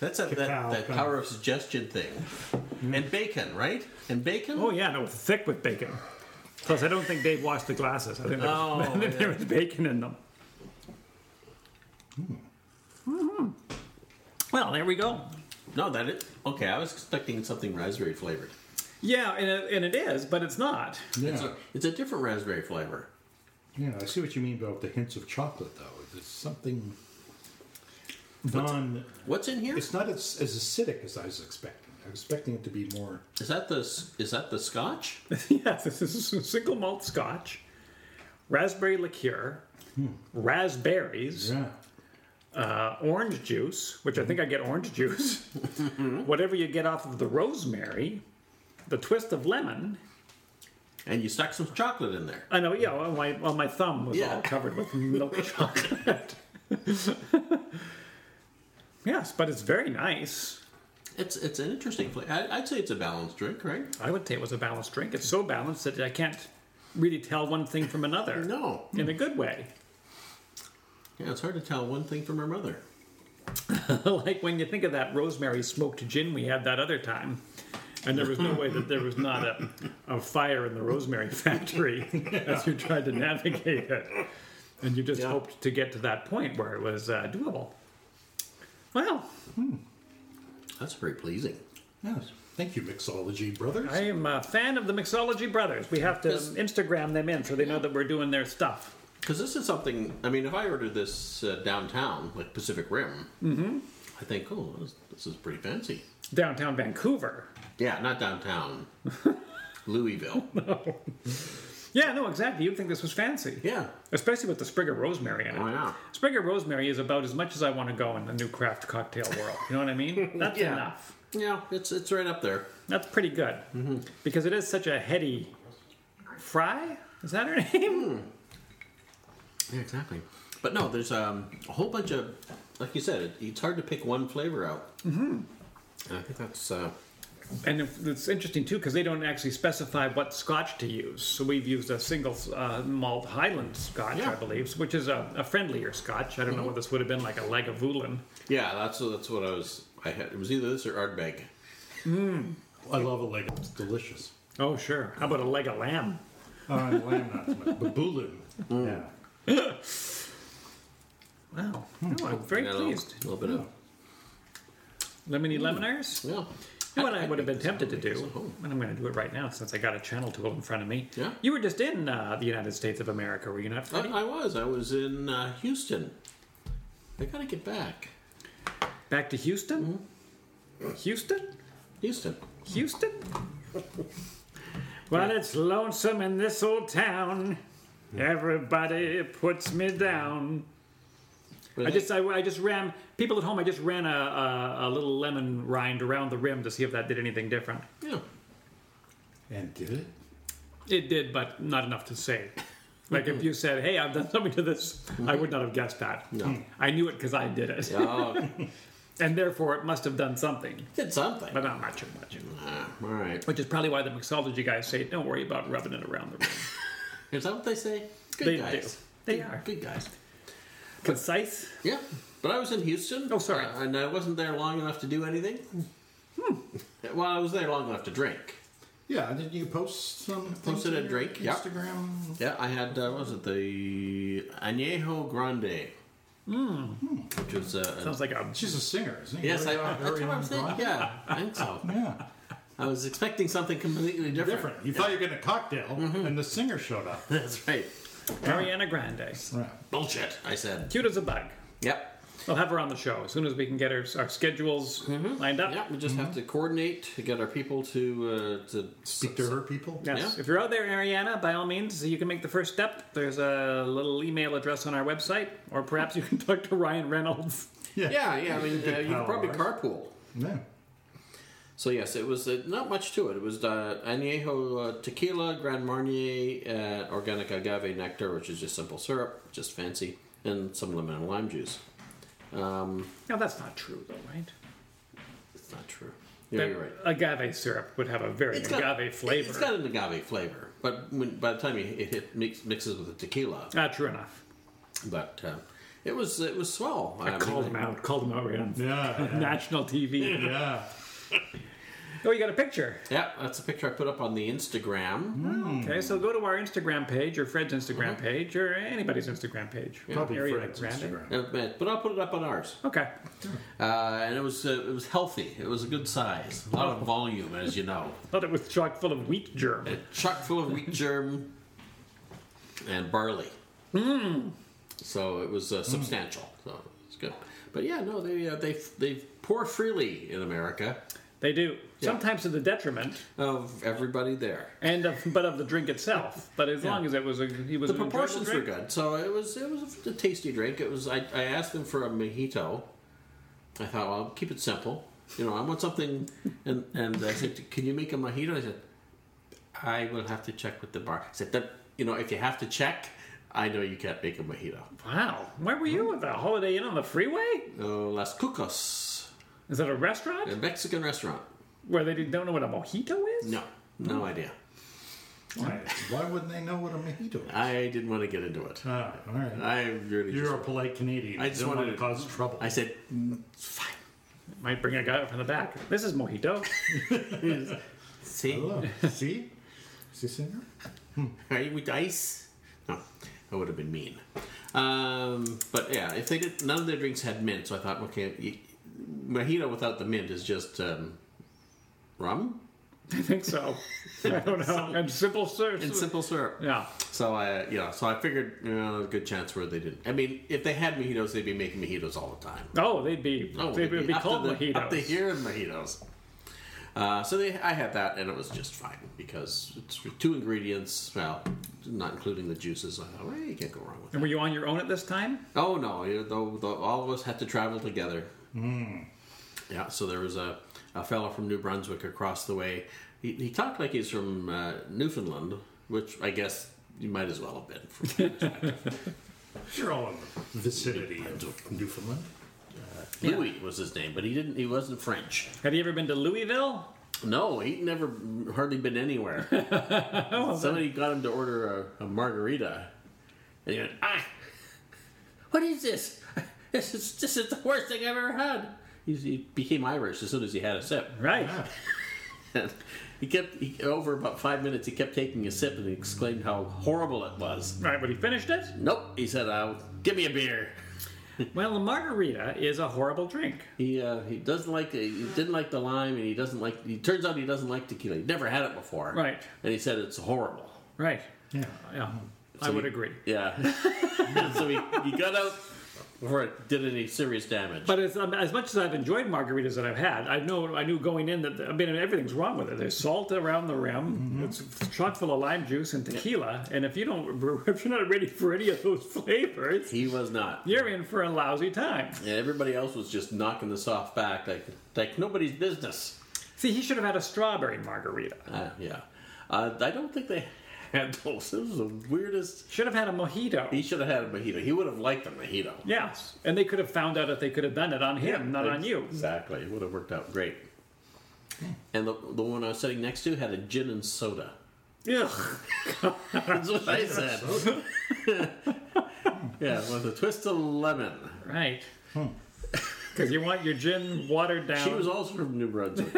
Speaker 2: that's a, that,
Speaker 3: Cacao,
Speaker 2: that
Speaker 3: kind Mm-hmm.
Speaker 2: power of suggestion thing. And bacon, right? And bacon.
Speaker 3: Oh.
Speaker 1: oh yeah, no, thick with bacon. Plus, I don't think Dave washed the glasses. I think there was,
Speaker 2: Oh,
Speaker 1: I think there was bacon in them. Mhm. Well, there we go.
Speaker 2: No, that is okay. I was expecting something raspberry flavored.
Speaker 1: Yeah, and it, and it is, but it's not.
Speaker 3: Yeah.
Speaker 2: It's, a, it's a different raspberry flavor.
Speaker 3: yeah, I see what you mean about the hints of chocolate, though. There's something non.
Speaker 2: What's in here?
Speaker 3: It's not as, as acidic as I was expecting. I was expecting it to be more.
Speaker 2: Is that the s- is that the Scotch?
Speaker 1: yes, this is a single malt scotch, raspberry liqueur, raspberries,
Speaker 3: Yeah.
Speaker 1: uh, orange juice, which
Speaker 2: Mm-hmm.
Speaker 1: I think I get orange juice, whatever you get off of the rosemary, the twist of lemon.
Speaker 2: And you stuck some chocolate in there.
Speaker 1: I know, yeah, well, my, well, my thumb was
Speaker 2: Yeah.
Speaker 1: all covered with milk chocolate. yes, but it's very nice.
Speaker 2: It's it's an interesting flavor. I'd say it's a balanced drink, right?
Speaker 1: I would say it was a balanced drink. It's so balanced that I can't really tell one thing from another
Speaker 2: No.
Speaker 1: in a good way.
Speaker 2: Yeah, it's hard to tell one thing from her other.
Speaker 1: like when you think of that rosemary smoked gin we had that other time, and there was no way that there was not a, a fire in the rosemary factory as you tried to navigate it. And you just
Speaker 2: Yeah.
Speaker 1: hoped to get to that point where it was uh, doable. Well,
Speaker 2: That's very pleasing.
Speaker 3: Yes. Thank you, mixology brothers.
Speaker 1: I am a fan of the Mixology Brothers. We have to
Speaker 2: Yes.
Speaker 1: Instagram them in so they know that we're doing their stuff.
Speaker 2: Because this is something. I mean, if I ordered this uh, downtown, like Pacific Rim, mm-hmm. I think, oh, this, this is pretty fancy.
Speaker 1: Downtown Vancouver.
Speaker 2: Yeah, not downtown, Louisville.
Speaker 1: Yeah, no, exactly. You'd think this was fancy.
Speaker 2: Yeah.
Speaker 1: Especially with the sprig of rosemary in it.
Speaker 2: Oh yeah.
Speaker 1: Sprig of rosemary is about as much as I want to go in the new craft cocktail world. You know what I mean? That's
Speaker 2: Yeah.
Speaker 1: enough.
Speaker 2: Yeah, it's it's right up there.
Speaker 1: That's pretty good because it is such a heady fry. Is that her name?
Speaker 2: Yeah, exactly. But no, there's um, a whole bunch of, like you said, it, it's hard to pick one flavor out. Mm-hmm. And I think that's uh,
Speaker 1: And if- it's interesting too because they don't actually specify what scotch to use. So we've used a single uh, malt Highland Scotch, I
Speaker 2: Yeah.
Speaker 1: believe, which is a, a friendlier Scotch. I don't know what this would have been like a Lagavulin.
Speaker 2: yeah, that's that's what I was. I had it was either this or Ardbeg.
Speaker 3: I love a leg. It's delicious.
Speaker 1: Oh sure. How about a leg of lamb?
Speaker 3: Uh, lamb, Mm. not so much. But bulu. Yeah.
Speaker 1: Wow. No, I'm very
Speaker 2: You know,
Speaker 1: pleased.
Speaker 2: A little bit of
Speaker 1: Lemony lemoners.
Speaker 2: yeah.
Speaker 1: You know what I,
Speaker 2: I'd
Speaker 1: would have
Speaker 2: make
Speaker 1: been
Speaker 2: this at
Speaker 1: tempted to
Speaker 2: home, make this
Speaker 1: do,
Speaker 2: at home.
Speaker 1: and I'm going to do it right now since I got a channel tool in front of me.
Speaker 2: Yeah. Uh-huh.
Speaker 1: You were just in uh, the United States of America, were you not? Freddie?
Speaker 2: I, I was. I was in uh, Houston. I gotta get back.
Speaker 1: Back to Houston? Houston?
Speaker 2: Houston.
Speaker 1: Houston? well, it's lonesome in this old town. Everybody puts me down.
Speaker 2: But
Speaker 1: I just, I, I just ran. People at home, I just ran a, a, a little lemon rind around the rim to see if that did anything different.
Speaker 2: yeah.
Speaker 3: And did it?
Speaker 1: It did, but not enough to say. Like if you said, "Hey, I've done something to this," I would not have guessed that. Hmm.
Speaker 2: No.
Speaker 1: I knew it because I did it,
Speaker 2: Oh,
Speaker 1: and therefore it must have done something,
Speaker 2: did something.
Speaker 1: but not much of much.
Speaker 2: Ah, all right.
Speaker 1: Which is probably why the mixology guys say, "Don't worry about rubbing it around the room."
Speaker 2: Is that what they say? Good
Speaker 1: They
Speaker 2: guys.
Speaker 1: do. They
Speaker 2: Good-
Speaker 1: are.
Speaker 2: good guys.
Speaker 1: Concise.
Speaker 2: Yeah, but I was in Houston.
Speaker 1: Oh, sorry. Hmm.
Speaker 2: uh, and I wasn't there long enough to do anything. Well, I was there long enough to drink.
Speaker 3: Yeah, and did you post some?
Speaker 2: Posted a drink, yeah.
Speaker 3: Instagram.
Speaker 2: Yeah, I had uh, what was it the Añejo Grande, mm. which was uh,
Speaker 1: Hmm. Sounds like a.
Speaker 3: She's a singer, isn't she?
Speaker 2: yes, I,
Speaker 3: Ariana-
Speaker 2: that's what I
Speaker 3: Ariana
Speaker 2: was thinking.
Speaker 3: Grande?
Speaker 2: Yeah, I think so.
Speaker 3: Yeah.
Speaker 2: I was expecting something completely different.
Speaker 3: Different. You thought you were getting a cocktail,
Speaker 2: Mm-hmm.
Speaker 3: and the singer showed up.
Speaker 2: That's right.
Speaker 1: Ariana Grande.
Speaker 3: Right.
Speaker 2: Bullshit. I said.
Speaker 1: Cute as a bug.
Speaker 2: Yep.
Speaker 1: We'll have her on the show as soon as we can get her, our schedules
Speaker 2: Mm-hmm.
Speaker 1: lined up.
Speaker 2: Yep. We just
Speaker 1: Hmm.
Speaker 2: have to coordinate to get our people to uh, to
Speaker 3: Speak to her people.
Speaker 1: Yes.
Speaker 2: Yeah.
Speaker 1: If you're out there, Ariana, by all means, you can make the first step. There's a little email address on our website, or perhaps you can talk to Ryan Reynolds.
Speaker 2: Yeah, yeah. I mean, uh, you
Speaker 3: power
Speaker 2: could probably
Speaker 3: hours.
Speaker 2: carpool.
Speaker 3: Yeah.
Speaker 2: So yes, it was uh, not much to it. It was uh, añejo uh, tequila, Grand Marnier, uh, organic agave nectar, which is just simple syrup, just fancy, and some lemon and lime juice. Um,
Speaker 1: Now, that's not true, though, right?
Speaker 2: it's not true. Yeah, you're right.
Speaker 1: Agave syrup would have a very
Speaker 2: It's got-
Speaker 1: agave flavor.
Speaker 2: It's got an agave flavor, but when, by the time you, it hit, mix, mixes with the tequila,
Speaker 1: ah, true enough.
Speaker 2: but uh, it was it was swell. I
Speaker 1: I
Speaker 2: mean,
Speaker 1: called him out. Called him out right on
Speaker 3: Yeah.
Speaker 1: national TV.
Speaker 3: Yeah.
Speaker 1: Oh, you got a picture.
Speaker 2: Yeah, that's a picture I put up on the Instagram.
Speaker 1: Okay, so go to our Instagram page or Fred's Instagram
Speaker 2: Uh-huh.
Speaker 1: page or anybody's Instagram page.
Speaker 3: Probably
Speaker 1: Ariana
Speaker 3: Fred's
Speaker 1: Grande.
Speaker 3: Instagram.
Speaker 2: Uh, but- But I'll put it up on ours.
Speaker 1: Okay.
Speaker 2: Uh, and it was uh, it was healthy. It was a good size. A lot of volume, as you know.
Speaker 1: Thought it was chock full of wheat germ.
Speaker 2: Uh, chock full of wheat germ and barley. So it was uh, substantial. So it's good. But yeah, no, they uh, they they pour freely in America
Speaker 1: They do. Sometimes to the detriment,
Speaker 2: of everybody there.
Speaker 1: and of, but of the drink itself. But as long as it was a, he was
Speaker 2: The
Speaker 1: an enjoyable
Speaker 2: proportions were
Speaker 1: Mm. drink.
Speaker 2: good. So it was it was a tasty drink. It was I, I asked them for a mojito. I thought, well, I'll keep it simple. You know, I want something, and and I said, can you make a mojito? I said, I will have to check with the bar. I said, that you know, if you have to check, I know you can't make a mojito.
Speaker 1: Wow, where were
Speaker 2: Uh-huh.
Speaker 1: you at the Holiday Inn on the freeway?
Speaker 2: Oh, Las Cucos,
Speaker 1: Is that a restaurant
Speaker 2: a Mexican restaurant.
Speaker 1: where they don't know what a mojito is?
Speaker 2: No, no idea.
Speaker 3: Why, why wouldn't they know what a mojito is?
Speaker 2: I didn't want to get into it.
Speaker 3: Ah, all right.
Speaker 2: I really.
Speaker 3: You're a
Speaker 2: Just,
Speaker 3: polite Canadian.
Speaker 2: I just
Speaker 3: Don't
Speaker 2: wanted
Speaker 3: want to
Speaker 2: to-
Speaker 3: cause trouble.
Speaker 2: I said, "Mm, it's fine.
Speaker 1: Might bring a guy up from the back. This is mojito.
Speaker 2: See,
Speaker 3: Hello. See? See, senor?
Speaker 2: Are you with ice? No, that would have been mean. Um, but yeah, if they did, none of their drinks had mint, so I thought, okay, you, mojito without the mint is just um, rum
Speaker 1: I think so. I don't know. And simple search.
Speaker 2: and simple syrup.
Speaker 1: yeah.
Speaker 2: So I, you know, so I figured, you know, a good chance where they didn't. I mean, if they had mojitos, they'd be making mojitos all the time.
Speaker 1: Oh, they'd be.
Speaker 2: Oh,
Speaker 1: they would be
Speaker 2: up to
Speaker 1: called
Speaker 2: the,
Speaker 1: mojitos.
Speaker 2: Up to here in mojitos. Uh, so they, I had that, and it was just fine because it's two ingredients. Well, not including the juices. I thought, well, you can't go wrong with that.
Speaker 1: And were you on your own at this time?
Speaker 2: Oh no! you know, though, though all of us had to travel together.
Speaker 1: Mm.
Speaker 2: Yeah, so there was a, a fellow from New Brunswick across the way. He, he talked like he's from uh, Newfoundland, which I guess you might as well have been. From
Speaker 3: You're all in the vicinity of Newfoundland.
Speaker 2: Louis was his name, but he didn't. He wasn't French.
Speaker 1: Had you ever been to Louisville?
Speaker 2: No, he'd never hardly been anywhere. Somebody got him to order a, a margarita, and he went, "Ah, what is this? This is this is the worst thing I've ever had." He, he became Irish as soon as he had a sip.
Speaker 1: Right.
Speaker 2: Ah. he kept he, over about five minutes. He kept taking a sip and he exclaimed how horrible it was.
Speaker 1: Right, but he finished it.
Speaker 2: Nope, he said, "I'll give me a beer."
Speaker 1: Well, the margarita is a horrible drink.
Speaker 2: He uh, he doesn't like he didn't like the lime and he doesn't like. He turns out he doesn't like tequila. He never had it before.
Speaker 1: Right.
Speaker 2: and he said it's horrible.
Speaker 1: Right.
Speaker 3: Yeah.
Speaker 1: Yeah. I would agree.
Speaker 2: Yeah, so he, he got out before it did any serious damage.
Speaker 1: But as, um, as much as I've enjoyed margaritas that I've had, I know I knew going in that I mean everything's wrong with it. There's salt around the rim.
Speaker 2: Mm-hmm.
Speaker 1: It's chock full of lime juice and tequila. And if you don't, if you're not ready for any of those flavors,
Speaker 2: he was not.
Speaker 1: you're in for a lousy time.
Speaker 2: And everybody else was just knocking the soft back like like nobody's business.
Speaker 1: See, he should have had a strawberry margarita.
Speaker 2: Uh, yeah, uh, I don't think they had those. This was the weirdest.
Speaker 1: Should have had a mojito.
Speaker 2: He should have had a mojito. He would have liked a mojito.
Speaker 1: Yes, and they could have found out if they could have done it on him, not on you.
Speaker 2: Exactly. It would have worked out great. And the, the one I was sitting next to had a gin and soda.
Speaker 1: Ugh.
Speaker 2: That's what I said. yeah, with a twist of lemon.
Speaker 1: Right. Because you want your gin watered down.
Speaker 2: Hmm. She was also from New Brunswick.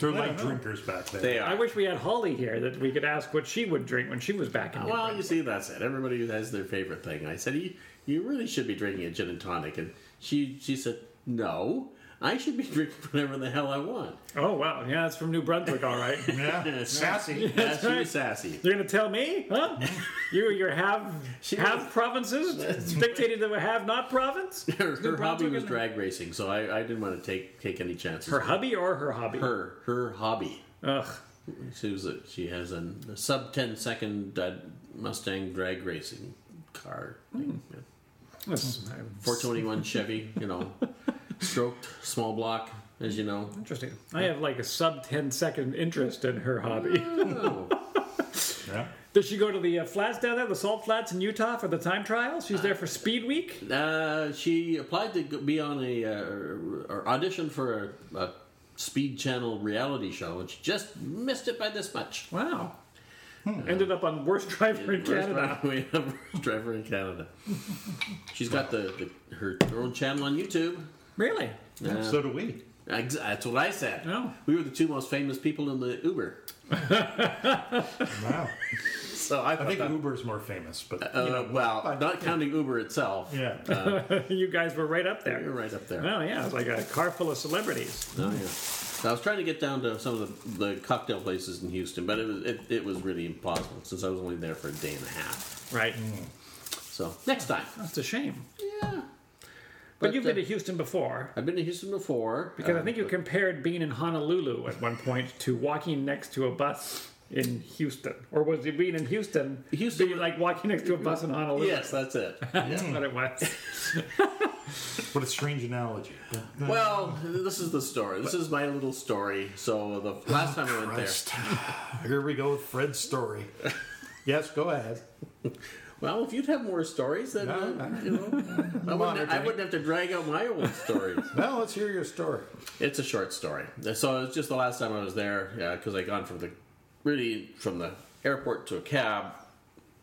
Speaker 3: They're light drinkers back there.
Speaker 2: They
Speaker 1: I
Speaker 2: are.
Speaker 1: wish we had Holly here that we could ask what she would drink when she was back in.
Speaker 2: Well, you see, that's it. Everybody has their favorite thing. I said, you, you really should be drinking a gin and tonic. And she, she said, no, I should be drinking whatever the hell I want.
Speaker 1: oh wow, yeah, that's from New Brunswick, all right.
Speaker 3: Yeah. Sassy.
Speaker 2: Yeah, she
Speaker 1: right.
Speaker 2: was sassy.
Speaker 1: You're gonna tell me, huh? you your have have provinces dictated to a have not province?
Speaker 2: Her, her hobby
Speaker 1: Brunswick
Speaker 2: was
Speaker 1: and-
Speaker 2: drag racing, so I, I didn't want to take take any chances.
Speaker 1: Her hubby or her hobby?
Speaker 2: her, her hobby.
Speaker 1: Ugh.
Speaker 2: She was a, she has a, sub 10 second uh, Mustang drag racing car.
Speaker 1: Hmm.
Speaker 2: thing. Yeah.
Speaker 1: That's
Speaker 2: 421 Chevy, you know, stroked, small block, as you know.
Speaker 1: interesting. I have like a sub 10 second interest in her hobby.
Speaker 2: Oh,
Speaker 3: Yeah.
Speaker 1: Does she go to the uh, flats down there, the salt flats in Utah for the time trial? She's there for Speed Week?
Speaker 2: Uh, she applied to go- be on a uh, or audition for a, a Speed Channel reality show, and she just missed it by this much.
Speaker 1: Wow. Ended up on Worst Driver in
Speaker 2: Worst
Speaker 1: Canada.
Speaker 2: driveway ever- driver in Canada. She's got the, the her, her own channel on YouTube.
Speaker 1: Really?
Speaker 3: So do we.
Speaker 2: Ex- That's what I said.
Speaker 1: Oh.
Speaker 2: We were the two most famous people in the Uber.
Speaker 4: Wow.
Speaker 2: So I,
Speaker 4: I
Speaker 2: thought
Speaker 4: think
Speaker 2: that-
Speaker 4: Uber's more famous, but
Speaker 2: uh, well, not counting Uber itself.
Speaker 4: yeah.
Speaker 1: you guys were right up
Speaker 2: You're
Speaker 1: there.
Speaker 2: right up there.
Speaker 1: Well, yeah, it's like a car full of celebrities.
Speaker 2: Oh, yeah. So I was trying to get down to some of the, the cocktail places in Houston, but it was it, it was really impossible since I was only there for a day and a half.
Speaker 1: Right.
Speaker 2: So next time,
Speaker 1: That's a shame.
Speaker 2: yeah.
Speaker 1: But, you've
Speaker 2: uh,
Speaker 1: been to Houston before.
Speaker 2: I've been to Houston before
Speaker 1: Because
Speaker 2: uh,
Speaker 1: I think you compared being in Honolulu at one point to walking next to a bus in Houston. Or was it being in Houston?
Speaker 2: Houston
Speaker 1: Being
Speaker 2: was-
Speaker 1: like walking next to a bus in Honolulu.
Speaker 2: Yes, that's it.
Speaker 1: That's what it was.
Speaker 4: What a strange analogy.
Speaker 2: well, this is the story. This is my little story. So the last time I went there,
Speaker 4: Christ. Here we go with Fred's story. Yes, go ahead.
Speaker 2: Well, if you'd have more stories, then
Speaker 4: No,
Speaker 2: uh, you know, I, wouldn't, I
Speaker 4: monitoring.
Speaker 2: wouldn't have to drag out my old stories.
Speaker 4: Now let's hear your story.
Speaker 2: it's a short story. So it's just the last time I was there because I gone from the really from the airport to a cab.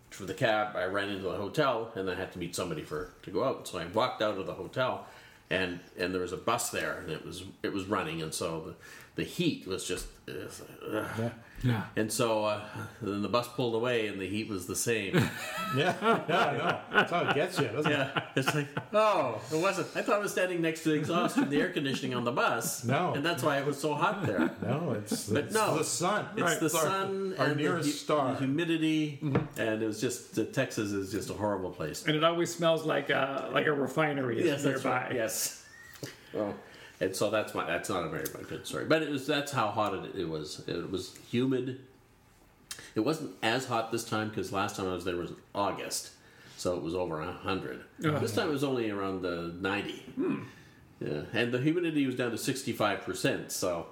Speaker 2: From the cab, I ran into the hotel, and I had to meet somebody for to go out. So I walked out of the hotel, and and there was a bus there, and it was it was running, and so the, the heat was just. Uh, ugh.
Speaker 1: Yeah.
Speaker 2: And so uh, then the bus pulled away, and the heat was the same.
Speaker 4: Yeah, yeah, I know. That's how it gets you, doesn't it?
Speaker 2: Yeah, it's like, oh, it wasn't. I thought I was standing next to the exhaust from the air conditioning on the bus.
Speaker 4: No.
Speaker 2: and that's why it was so hot there.
Speaker 4: No, it's,
Speaker 2: But
Speaker 4: it's
Speaker 2: no,
Speaker 4: the sun.
Speaker 2: It's the
Speaker 4: our,
Speaker 2: sun,
Speaker 4: our
Speaker 2: and
Speaker 4: nearest
Speaker 2: the, hu-
Speaker 4: star.
Speaker 2: the humidity,
Speaker 4: Mm-hmm.
Speaker 2: and it was just the Texas is just a horrible place.
Speaker 1: And it always smells like a, like a refinery is
Speaker 2: that's
Speaker 1: nearby.
Speaker 2: right. Yes. Oh. And so that's my that's not a very good story, but it was that's how hot it, it was. It was humid. It wasn't as hot this time because last time I was there was August, so it was over hundred. This time it was only around the ninety.
Speaker 4: Hmm.
Speaker 2: Yeah, and the humidity was down to sixty five percent. So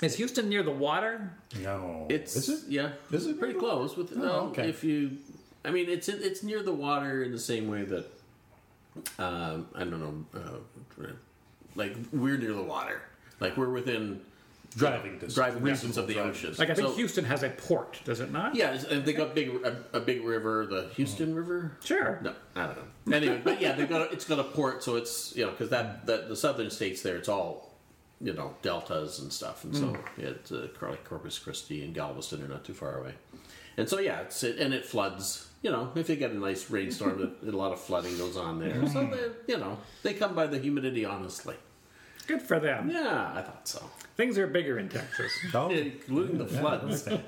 Speaker 1: Is Houston near the water?
Speaker 4: no.
Speaker 2: it's
Speaker 4: Is it?
Speaker 2: yeah,
Speaker 4: Is it
Speaker 2: pretty close with
Speaker 4: Oh,
Speaker 2: well,
Speaker 4: okay.
Speaker 2: if you i mean it's in, it's near the water in the same way that um, i don't know uh, like we're near the water like we're within
Speaker 4: Driving distance.
Speaker 2: driving
Speaker 4: Yeah.
Speaker 2: distance of the ocean
Speaker 1: Like, I think
Speaker 2: So-
Speaker 1: Houston has a port, does it not?
Speaker 2: yeah it's- and they got big a, a big river the houston river
Speaker 1: Sure.
Speaker 2: no i don't know anyway but yeah they've got a, it's got a port so it's you know because that, that the southern states there it's all you know deltas and stuff and so
Speaker 4: Hmm.
Speaker 2: it's uh, Cor- like corpus christi and galveston are not too far away and so yeah it's it, and it floods you know if they get a nice rainstorm it- a lot of flooding goes on there so they, you know they come by the humidity honestly
Speaker 1: Good for them.
Speaker 2: yeah i thought so
Speaker 1: Things are bigger in Texas.
Speaker 4: Oh,
Speaker 2: including the
Speaker 4: yeah,
Speaker 2: floods
Speaker 4: okay.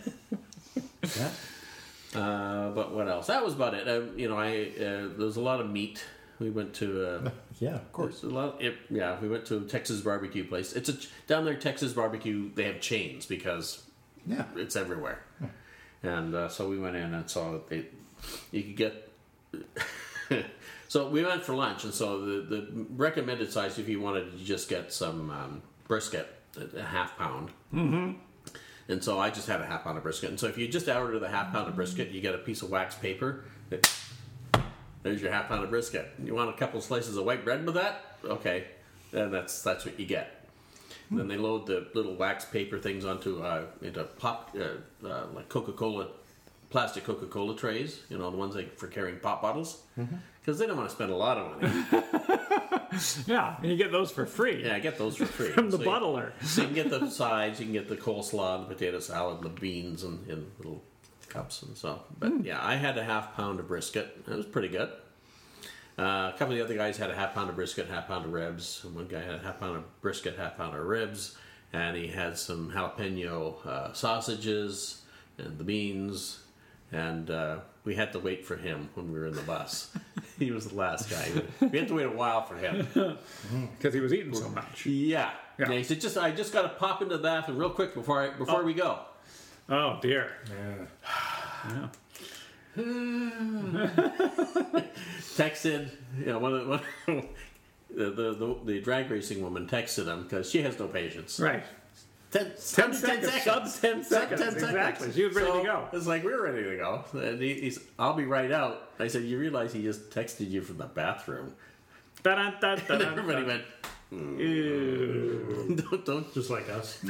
Speaker 4: yeah.
Speaker 2: Uh, but what else? That was about it. Um, you know, I uh, there was a lot of meat. We went to uh,
Speaker 4: yeah, of course.
Speaker 2: a lot. It, yeah, we went to a Texas barbecue place. It's a ch- down there Texas barbecue. They have chains because
Speaker 4: Yeah.
Speaker 2: it's everywhere. And uh, so we went in and saw that they, you could get. so we went for lunch, and so the, the recommended size, if you wanted to just get some um, brisket, a- a half pound. Mm-hmm. And so I just had a half pound of brisket. And so if you just order the half pound of brisket, you get a piece of wax paper. that- There's your half pound of brisket. You want a couple slices of white bread with that? Okay, and that's that's what you get. Then they load the little wax paper things onto uh, into pop uh, uh, like Coca Cola plastic Coca Cola trays. You know the ones they for carrying pop bottles
Speaker 1: Mm-hmm.
Speaker 2: because they don't want to spend a lot of money.
Speaker 1: Yeah, and you get those for free
Speaker 2: yeah, I get those for free
Speaker 1: from the
Speaker 2: So you-
Speaker 1: bottler.
Speaker 2: so you can get the sides, you can get the coleslaw, the potato salad, the beans, and in little cups and so. But yeah, I had a half pound of brisket. It was pretty good. Uh, a couple of the other guys had a half pound of brisket, half pound of ribs. And one guy had a half pound of brisket, half pound of ribs, and he had some jalapeno uh, sausages and the beans. And uh, we had to wait for him when we were in the bus. he was the last guy. We had to wait a while for him.
Speaker 1: Because he was eating so much.
Speaker 2: Yeah.
Speaker 1: Yeah.
Speaker 2: yeah. He said, "Just I just got to pop into the bathroom real quick before I, before we go."
Speaker 1: Oh, dear.
Speaker 4: Yeah.
Speaker 2: Texted, you know, one of the, one, the, the, the the drag racing woman texted him because she has no patience.
Speaker 1: Right.
Speaker 2: Ten,
Speaker 1: Ten
Speaker 2: sub
Speaker 1: seconds, sub ten seconds, exactly. She was ready to
Speaker 2: So,
Speaker 1: go.
Speaker 2: It's like we are ready to go. And he, he's, I'll be right out. I said, "You realize he just texted you from the bathroom?" And
Speaker 1: Da-da-da-da-da.
Speaker 2: everybody went,
Speaker 1: Ew.
Speaker 2: "Don't, don't."
Speaker 4: Just like us.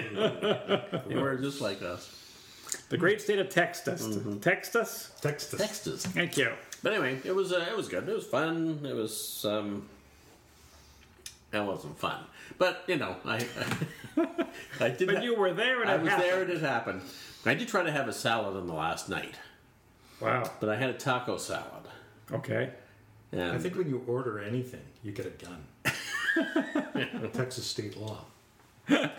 Speaker 2: They were just like us.
Speaker 1: The great state of Texas.
Speaker 2: Mm-hmm.
Speaker 1: Text us.
Speaker 4: Text us.
Speaker 2: Text us.
Speaker 1: Thank you.
Speaker 2: But anyway, it was uh, it was good. It was fun. It was um, That wasn't fun, but you know, I I, I did.
Speaker 1: But
Speaker 2: ha-
Speaker 1: you were there and
Speaker 2: I
Speaker 1: it
Speaker 2: was there,
Speaker 1: happened.
Speaker 2: and it happened. I did try to have a salad on the last night,
Speaker 1: Wow.
Speaker 2: but I had a taco salad.
Speaker 1: Okay.
Speaker 2: And
Speaker 3: I think when you order anything, you get a gun. Texas state law.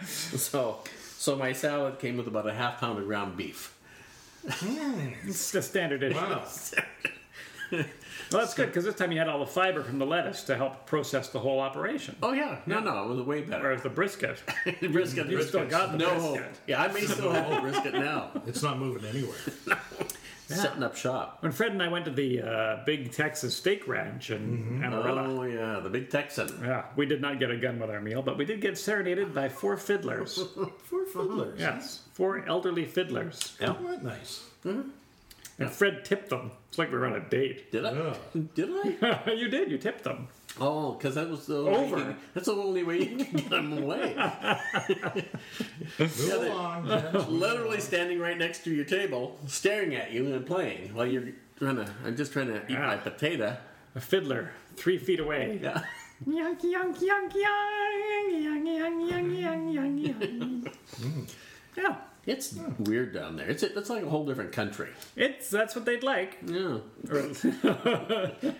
Speaker 2: so. So my salad came with about a half pound of ground beef. Mm.
Speaker 1: It's the standard issue.
Speaker 3: Wow.
Speaker 1: Well, that's good because this time you had all the fiber from the lettuce to help process the whole operation.
Speaker 2: Oh yeah, no, no, it was way better.
Speaker 1: Whereas the brisket,
Speaker 2: The brisket,
Speaker 1: you still got the
Speaker 2: no hope.
Speaker 1: brisket.
Speaker 2: Yeah, I may still have a brisket now.
Speaker 3: It's not moving anywhere.
Speaker 2: Setting up shop.
Speaker 1: When Fred and I went to the uh, Big Texas Steak Ranch in Amarillo,
Speaker 2: Oh yeah, the big Texan.
Speaker 1: yeah, we did not get a gun with our meal, but we did get serenaded by four fiddlers.
Speaker 3: Four fiddlers.
Speaker 4: Uh-huh.
Speaker 1: yes, four elderly fiddlers.
Speaker 2: Yeah.
Speaker 3: Isn't that nice?
Speaker 1: And Fred tipped them. It's like we were on a date.
Speaker 2: Did I?
Speaker 3: Yeah.
Speaker 2: Did I?
Speaker 1: you did. You tipped them.
Speaker 2: Oh, because that was the only
Speaker 1: Over.
Speaker 2: Way you can- that's the only way you can get them away.
Speaker 3: Move
Speaker 2: they-
Speaker 3: along. yeah.
Speaker 2: Literally standing right next to your table, staring at you and playing while you're trying to. I'm just trying to eat my
Speaker 1: Yeah.
Speaker 2: potato.
Speaker 1: A fiddler, three feet away.
Speaker 2: Yeah.
Speaker 1: Yank, yank, yank, yank, yank, yank, yank, yank, yank, yank.
Speaker 2: Mm.
Speaker 1: Yeah,
Speaker 2: It's weird down there. It's it's like a whole different country.
Speaker 1: it's that's what they'd like.
Speaker 2: Yeah.
Speaker 1: Or-
Speaker 2: Yeah.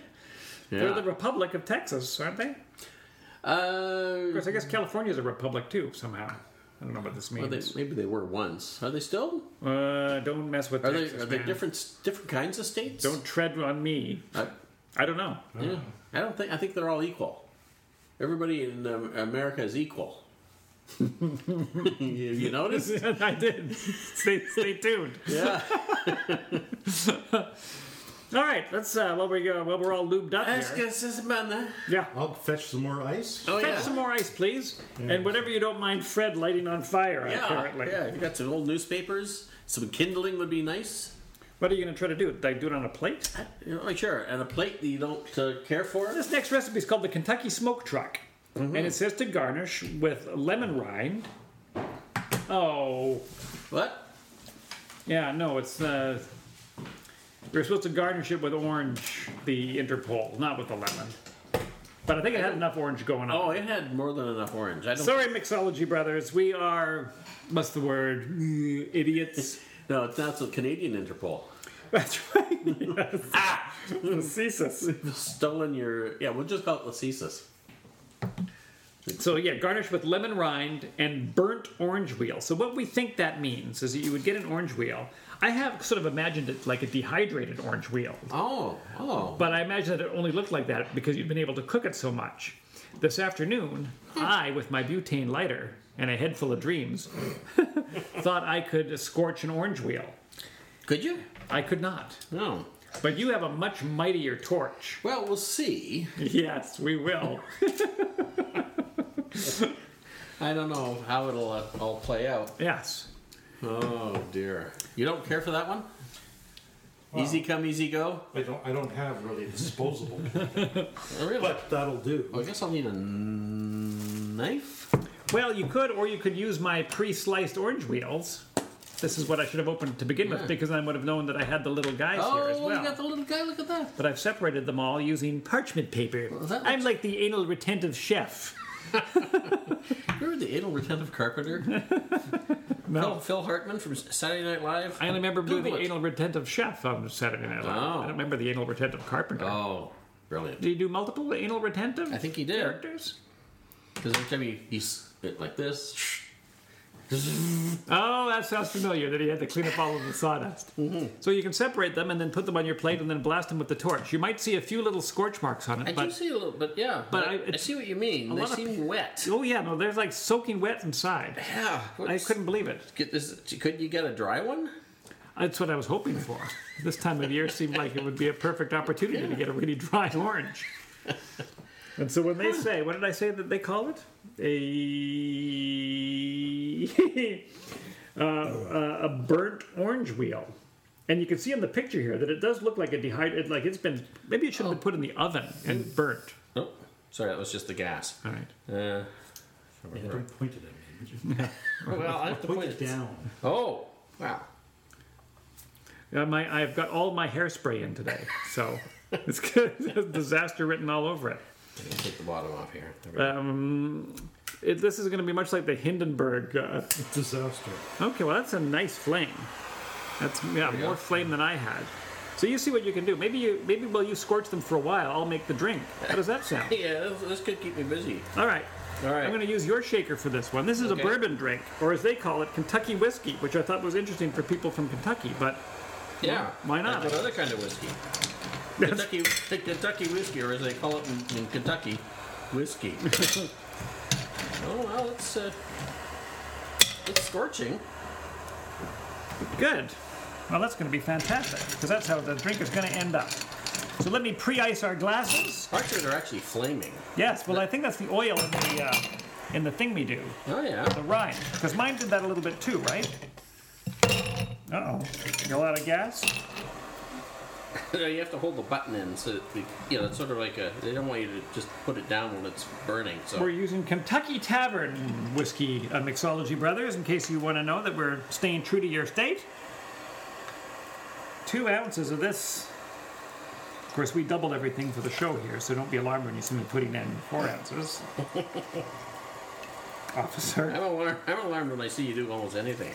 Speaker 1: They're the Republic of Texas, aren't they? Of
Speaker 2: uh,
Speaker 1: course, I guess California's a republic too somehow. I don't know what this
Speaker 2: well, they,
Speaker 1: means.
Speaker 2: maybe they were once. Are they still?
Speaker 1: Uh, don't mess with
Speaker 2: Are they
Speaker 1: Texas.
Speaker 2: are they
Speaker 1: man.
Speaker 2: different different kinds of states?
Speaker 1: Don't tread on me.
Speaker 2: I,
Speaker 1: I don't know.
Speaker 2: yeah. I don't think I think they're all equal. Everybody in um, America is equal. you, you notice?
Speaker 1: I did. Stay, stay tuned.
Speaker 2: Yeah.
Speaker 1: All right, let's. Uh, while we go, while we're all lubed up
Speaker 2: Ask
Speaker 1: here,
Speaker 2: us this man.
Speaker 1: yeah.
Speaker 3: I'll fetch some more ice.
Speaker 2: Oh
Speaker 1: Fetch
Speaker 2: yeah.
Speaker 1: some more ice, please, and whatever you don't mind, Fred lighting on fire.
Speaker 2: yeah,
Speaker 1: apparently.
Speaker 2: yeah. You got some old newspapers. Some kindling would be nice.
Speaker 1: What are you going to try to do? Like do it on a plate?
Speaker 2: You know, like, sure, and a plate that you don't uh, care for.
Speaker 1: This next recipe is called the Kentucky Smoke Truck,
Speaker 2: Mm-hmm.
Speaker 1: and it says to garnish with lemon rind. Oh,
Speaker 2: What?
Speaker 1: yeah, no, it's uh, we're supposed to garnish it with orange, the Interpol, not with the lemon. But I think it had enough orange going on.
Speaker 2: Oh, it had more than enough orange. I don't.
Speaker 1: Sorry, mixology brothers, we are what's the word? Mm, Idiots.
Speaker 2: No, it's not so Canadian Interpol.
Speaker 1: That's right. Yes. Ah, Ceases.
Speaker 2: Stolen your. Yeah, we'll just call it Lacesis.
Speaker 1: So yeah, garnish with lemon rind and burnt orange wheel. So what we think that means is that you would get an orange wheel. I have sort of imagined it like a dehydrated orange wheel,
Speaker 2: Oh, oh.
Speaker 1: but I imagine that it only looked like that because you've been able to cook it so much. This afternoon, I, with my butane lighter and a head full of dreams, thought I could scorch an orange wheel.
Speaker 2: Could you?
Speaker 1: I could not.
Speaker 2: No.
Speaker 1: But you have a much mightier torch.
Speaker 2: Well, we'll see.
Speaker 1: Yes, we will.
Speaker 2: I don't know how it'll uh, all play out.
Speaker 1: yes.
Speaker 2: Oh dear. You don't care for that one? Easy come, easy go.
Speaker 3: I don't. I don't have really disposable, Oh,
Speaker 2: Oh, really?
Speaker 3: but that'll do.
Speaker 2: Oh, I guess I'll need a n- knife.
Speaker 1: Well, you could, or you could use my pre-sliced orange wheels. This is what I should have opened to begin with, because I would have known that I had the little guys here as
Speaker 2: Oh,
Speaker 1: well.
Speaker 2: you got the little guy. Look at that.
Speaker 1: but I've separated them all using parchment paper.
Speaker 2: that
Speaker 1: I'm
Speaker 2: looks-
Speaker 1: like the anal retentive chef.
Speaker 2: Remember the anal retentive carpenter, Phil,
Speaker 1: No,
Speaker 2: Phil Hartman from Saturday Night Live?
Speaker 1: I only remember doing
Speaker 2: Google
Speaker 1: the
Speaker 2: it.
Speaker 1: anal retentive chef on Saturday Night Live.
Speaker 2: Oh.
Speaker 1: I don't remember the anal retentive carpenter.
Speaker 2: Oh, brilliant.
Speaker 1: Did he do multiple anal retentive
Speaker 2: I think he did
Speaker 1: characters?
Speaker 2: because every time he he spit like this.
Speaker 1: Oh, that sounds familiar. That he had to clean up all of the sawdust.
Speaker 2: Mm-hmm.
Speaker 1: So you can separate them and then put them on your plate and then blast them with the torch. You might see a few little scorch marks on it,
Speaker 2: I
Speaker 1: but
Speaker 2: do see a little, but yeah,
Speaker 1: but
Speaker 2: but I,
Speaker 1: I-
Speaker 2: I see what you mean. They
Speaker 1: lot of
Speaker 2: seem wet.
Speaker 1: Oh yeah, no, they're like soaking wet inside.
Speaker 2: Yeah,
Speaker 1: I
Speaker 2: what's-
Speaker 1: couldn't believe it.
Speaker 2: get this. Could you get a dry one?
Speaker 1: That's what I was hoping for. This time of year seemed like it would be a perfect opportunity to get a really dry orange. And so when they say, what did I say that they call it? A uh, uh, a burnt orange wheel. And you can see in the picture here that it does look like a dehydrated, like it's been maybe it should have been put in the oven and burnt.
Speaker 2: Nope. Sorry, that was just the gas.
Speaker 1: All right.
Speaker 2: Uh,
Speaker 3: Yeah, Don't point it at me. would you?
Speaker 2: well, I have to
Speaker 3: Point
Speaker 2: point
Speaker 3: it
Speaker 2: it
Speaker 3: down.
Speaker 2: Oh, wow.
Speaker 1: Uh, my, I've got all my hairspray in today, so it's good. There's disaster written all over it.
Speaker 2: I'm gonna Take the bottom off here. There we go.
Speaker 1: Um, it, this is going to be much like the Hindenburg. Uh,
Speaker 3: Disaster.
Speaker 1: okay, well, that's a nice flame. That's yeah,
Speaker 2: we
Speaker 1: more
Speaker 2: go.
Speaker 1: flame than I had. So you see what you can do. Maybe you maybe while you scorch them for a while, I'll make the drink. How does that sound?
Speaker 2: yeah, this, this could keep me busy.
Speaker 1: All right.
Speaker 2: All right.
Speaker 1: I'm going to use your shaker for this one. This is
Speaker 2: Okay.
Speaker 1: a bourbon drink, or as they call it, Kentucky whiskey, which I thought was interesting for people from Kentucky. But
Speaker 2: Yeah.
Speaker 1: Why not?
Speaker 2: That's another kind of whiskey. Kentucky, the Kentucky whiskey, or as they call it in, in Kentucky, whiskey. oh well, it's uh, it's scorching.
Speaker 1: Good. Well, that's going to be fantastic because that's how the drink is going to end up. So let me pre-ice our glasses.
Speaker 2: Our shirts are actually flaming.
Speaker 1: Yes. Well, I think that's the oil in the uh, in the thing we do,
Speaker 2: Oh yeah.
Speaker 1: the rind, because mine did that a little bit too, right? Uh oh. A lot of gas.
Speaker 2: you have to hold the button in, so it, be- you know it's sort of like a. They don't want you to just put it down when it's burning. So
Speaker 1: We're using Kentucky Tavern whiskey, uh, Mixology Brothers, in case you want to know that we're staying true to your state. Two ounces of this. Of course, we doubled everything for the show here, so don't be alarmed when you see me putting in four ounces. Officer,
Speaker 2: I'm alarmed. I'm alarmed when I see you do almost anything.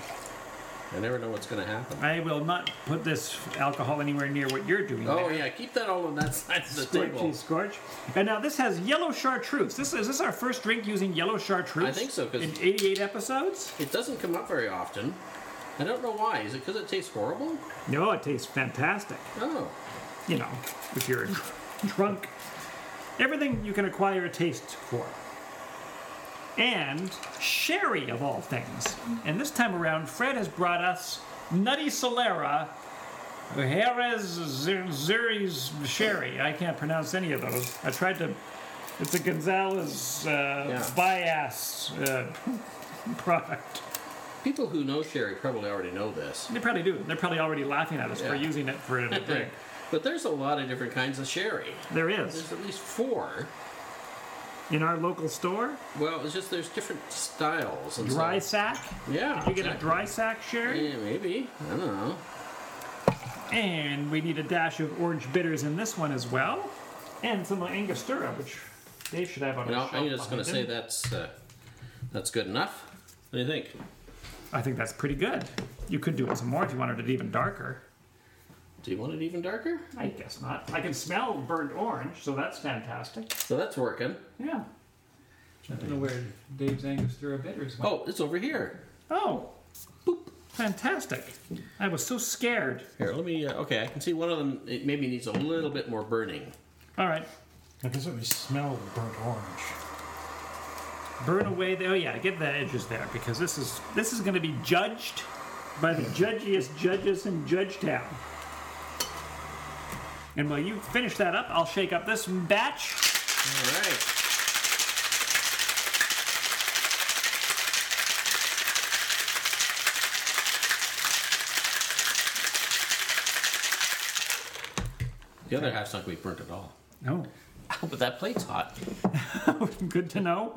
Speaker 2: I never know what's going to happen.
Speaker 1: I will not put this alcohol anywhere near what you're doing.
Speaker 2: Oh
Speaker 1: there.
Speaker 2: yeah, keep that all on that side of the
Speaker 1: Scorchy
Speaker 2: table.
Speaker 1: scorch. And now this has yellow chartreuse. This is this our first drink using yellow chartreuse?
Speaker 2: I think so, 'cause-
Speaker 1: in 88 episodes.
Speaker 2: It doesn't come up very often. I don't know why. Is it because it tastes horrible?
Speaker 1: No, it tastes fantastic.
Speaker 2: Oh,
Speaker 1: you know, if you're drunk, everything you can acquire a taste for. And sherry, of all things. And this time around, Fred has brought us Nutty Solera Jerez Zuri's Sherry. I can't pronounce any of those. I tried to. It's a Gonzalez uh, bias uh, product.
Speaker 2: people who know sherry probably already know this.
Speaker 1: They probably do. They're probably already laughing at us for
Speaker 2: Yeah.
Speaker 1: using it for a drink.
Speaker 2: but there's a lot of different kinds of sherry.
Speaker 1: there is.
Speaker 2: There's at least four.
Speaker 1: In our local store,
Speaker 2: Well, it's just there's different styles. And
Speaker 1: dry
Speaker 2: So,
Speaker 1: sack.
Speaker 2: yeah.
Speaker 1: You get a
Speaker 2: exactly.
Speaker 1: dry sack sherry,
Speaker 2: Yeah, maybe. I don't know.
Speaker 1: and we need a dash of orange bitters in this one as well, and some Angostura, which they should have on
Speaker 2: You
Speaker 1: their
Speaker 2: know,
Speaker 1: shelf.
Speaker 2: I'm just going
Speaker 1: behind
Speaker 2: to say
Speaker 1: them.
Speaker 2: that's uh, that's good enough. What do you think?
Speaker 1: I think that's pretty good. You could do it some more if you wanted it even darker.
Speaker 2: Do you want it even darker?
Speaker 1: I guess not. I can smell burnt orange, so that's fantastic.
Speaker 2: So that's working.
Speaker 1: Yeah.
Speaker 5: I don't know where Dave's Angostura bitters went.
Speaker 2: Oh, it's over here.
Speaker 1: Oh, boop. Fantastic. I was so scared.
Speaker 2: Here, let me. Uh, okay, I can see one of them. It maybe needs a little bit more burning.
Speaker 1: All right.
Speaker 3: I guess we smell burnt orange.
Speaker 1: Burn away the. Oh yeah, get the edges there because this is this is going to be judged by the judgiest judges in Judgetown. And while you finish that up, I'll shake up this batch.
Speaker 2: All right. The other half's not going to be burnt at all.
Speaker 1: Oh,
Speaker 2: Oh, but that plate's hot.
Speaker 1: good to know.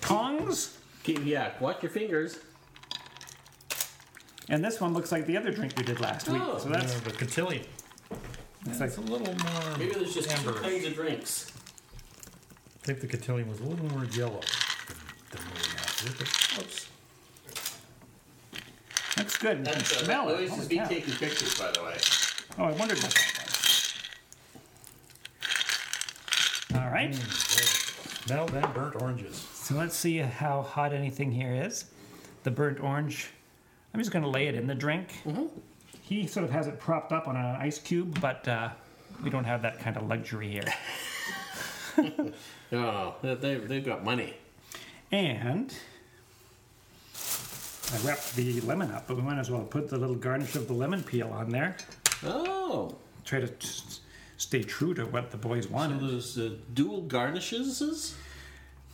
Speaker 1: Tongs.
Speaker 2: Keep, yeah, watch your fingers.
Speaker 1: And this one looks like the other drink we did last week.
Speaker 2: Oh.
Speaker 1: So that's
Speaker 5: the Cotillion.
Speaker 1: it's
Speaker 5: It's a
Speaker 1: like,
Speaker 5: little more.
Speaker 2: Maybe there's just two
Speaker 5: amber. I
Speaker 2: kinds of drinks.
Speaker 5: think the Cotillion was a little more yellow.
Speaker 3: Don't really have it.
Speaker 2: Oops.
Speaker 1: that's good. and you can
Speaker 2: That's, uh,
Speaker 1: smell it.
Speaker 2: Louis
Speaker 1: Holy
Speaker 2: has been
Speaker 1: cow.
Speaker 2: taking pictures, by the way.
Speaker 1: Oh, I wondered what that was. All
Speaker 2: Mm.
Speaker 1: right.
Speaker 3: Smell them burnt oranges.
Speaker 1: So let's see how hot anything here is. The burnt orange. I'm just going to lay it in the drink.
Speaker 2: Mm-hmm.
Speaker 1: He sort of has it propped up on an ice cube, but uh, we don't have that kind of luxury here.
Speaker 2: No, no, Oh, they, they've got money.
Speaker 1: And I wrapped the lemon up, but we might as well put the little garnish of the lemon peel on there.
Speaker 2: Oh,
Speaker 1: Try to s- stay true to what the boys
Speaker 2: so
Speaker 1: wanted.
Speaker 2: those uh, dual garnishes?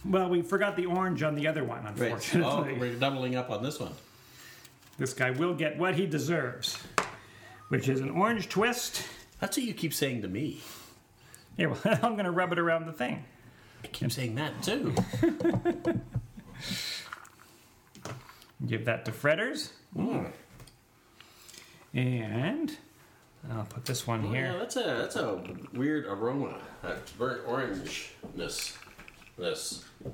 Speaker 1: Well, we forgot the orange on the other one,
Speaker 2: Right.
Speaker 1: unfortunately.
Speaker 2: Oh, we're doubling up on this one.
Speaker 1: This guy will get what he deserves, which is an orange twist.
Speaker 2: That's what you keep saying to me.
Speaker 1: Yeah, well, I'm going to rub it around the thing.
Speaker 2: I keep saying that too.
Speaker 6: Mm.
Speaker 1: Give that to Fredders. And
Speaker 6: I'll put this one
Speaker 2: Yeah,
Speaker 6: here.
Speaker 2: that's a that's a weird aroma. That burnt orangeness. This.
Speaker 6: A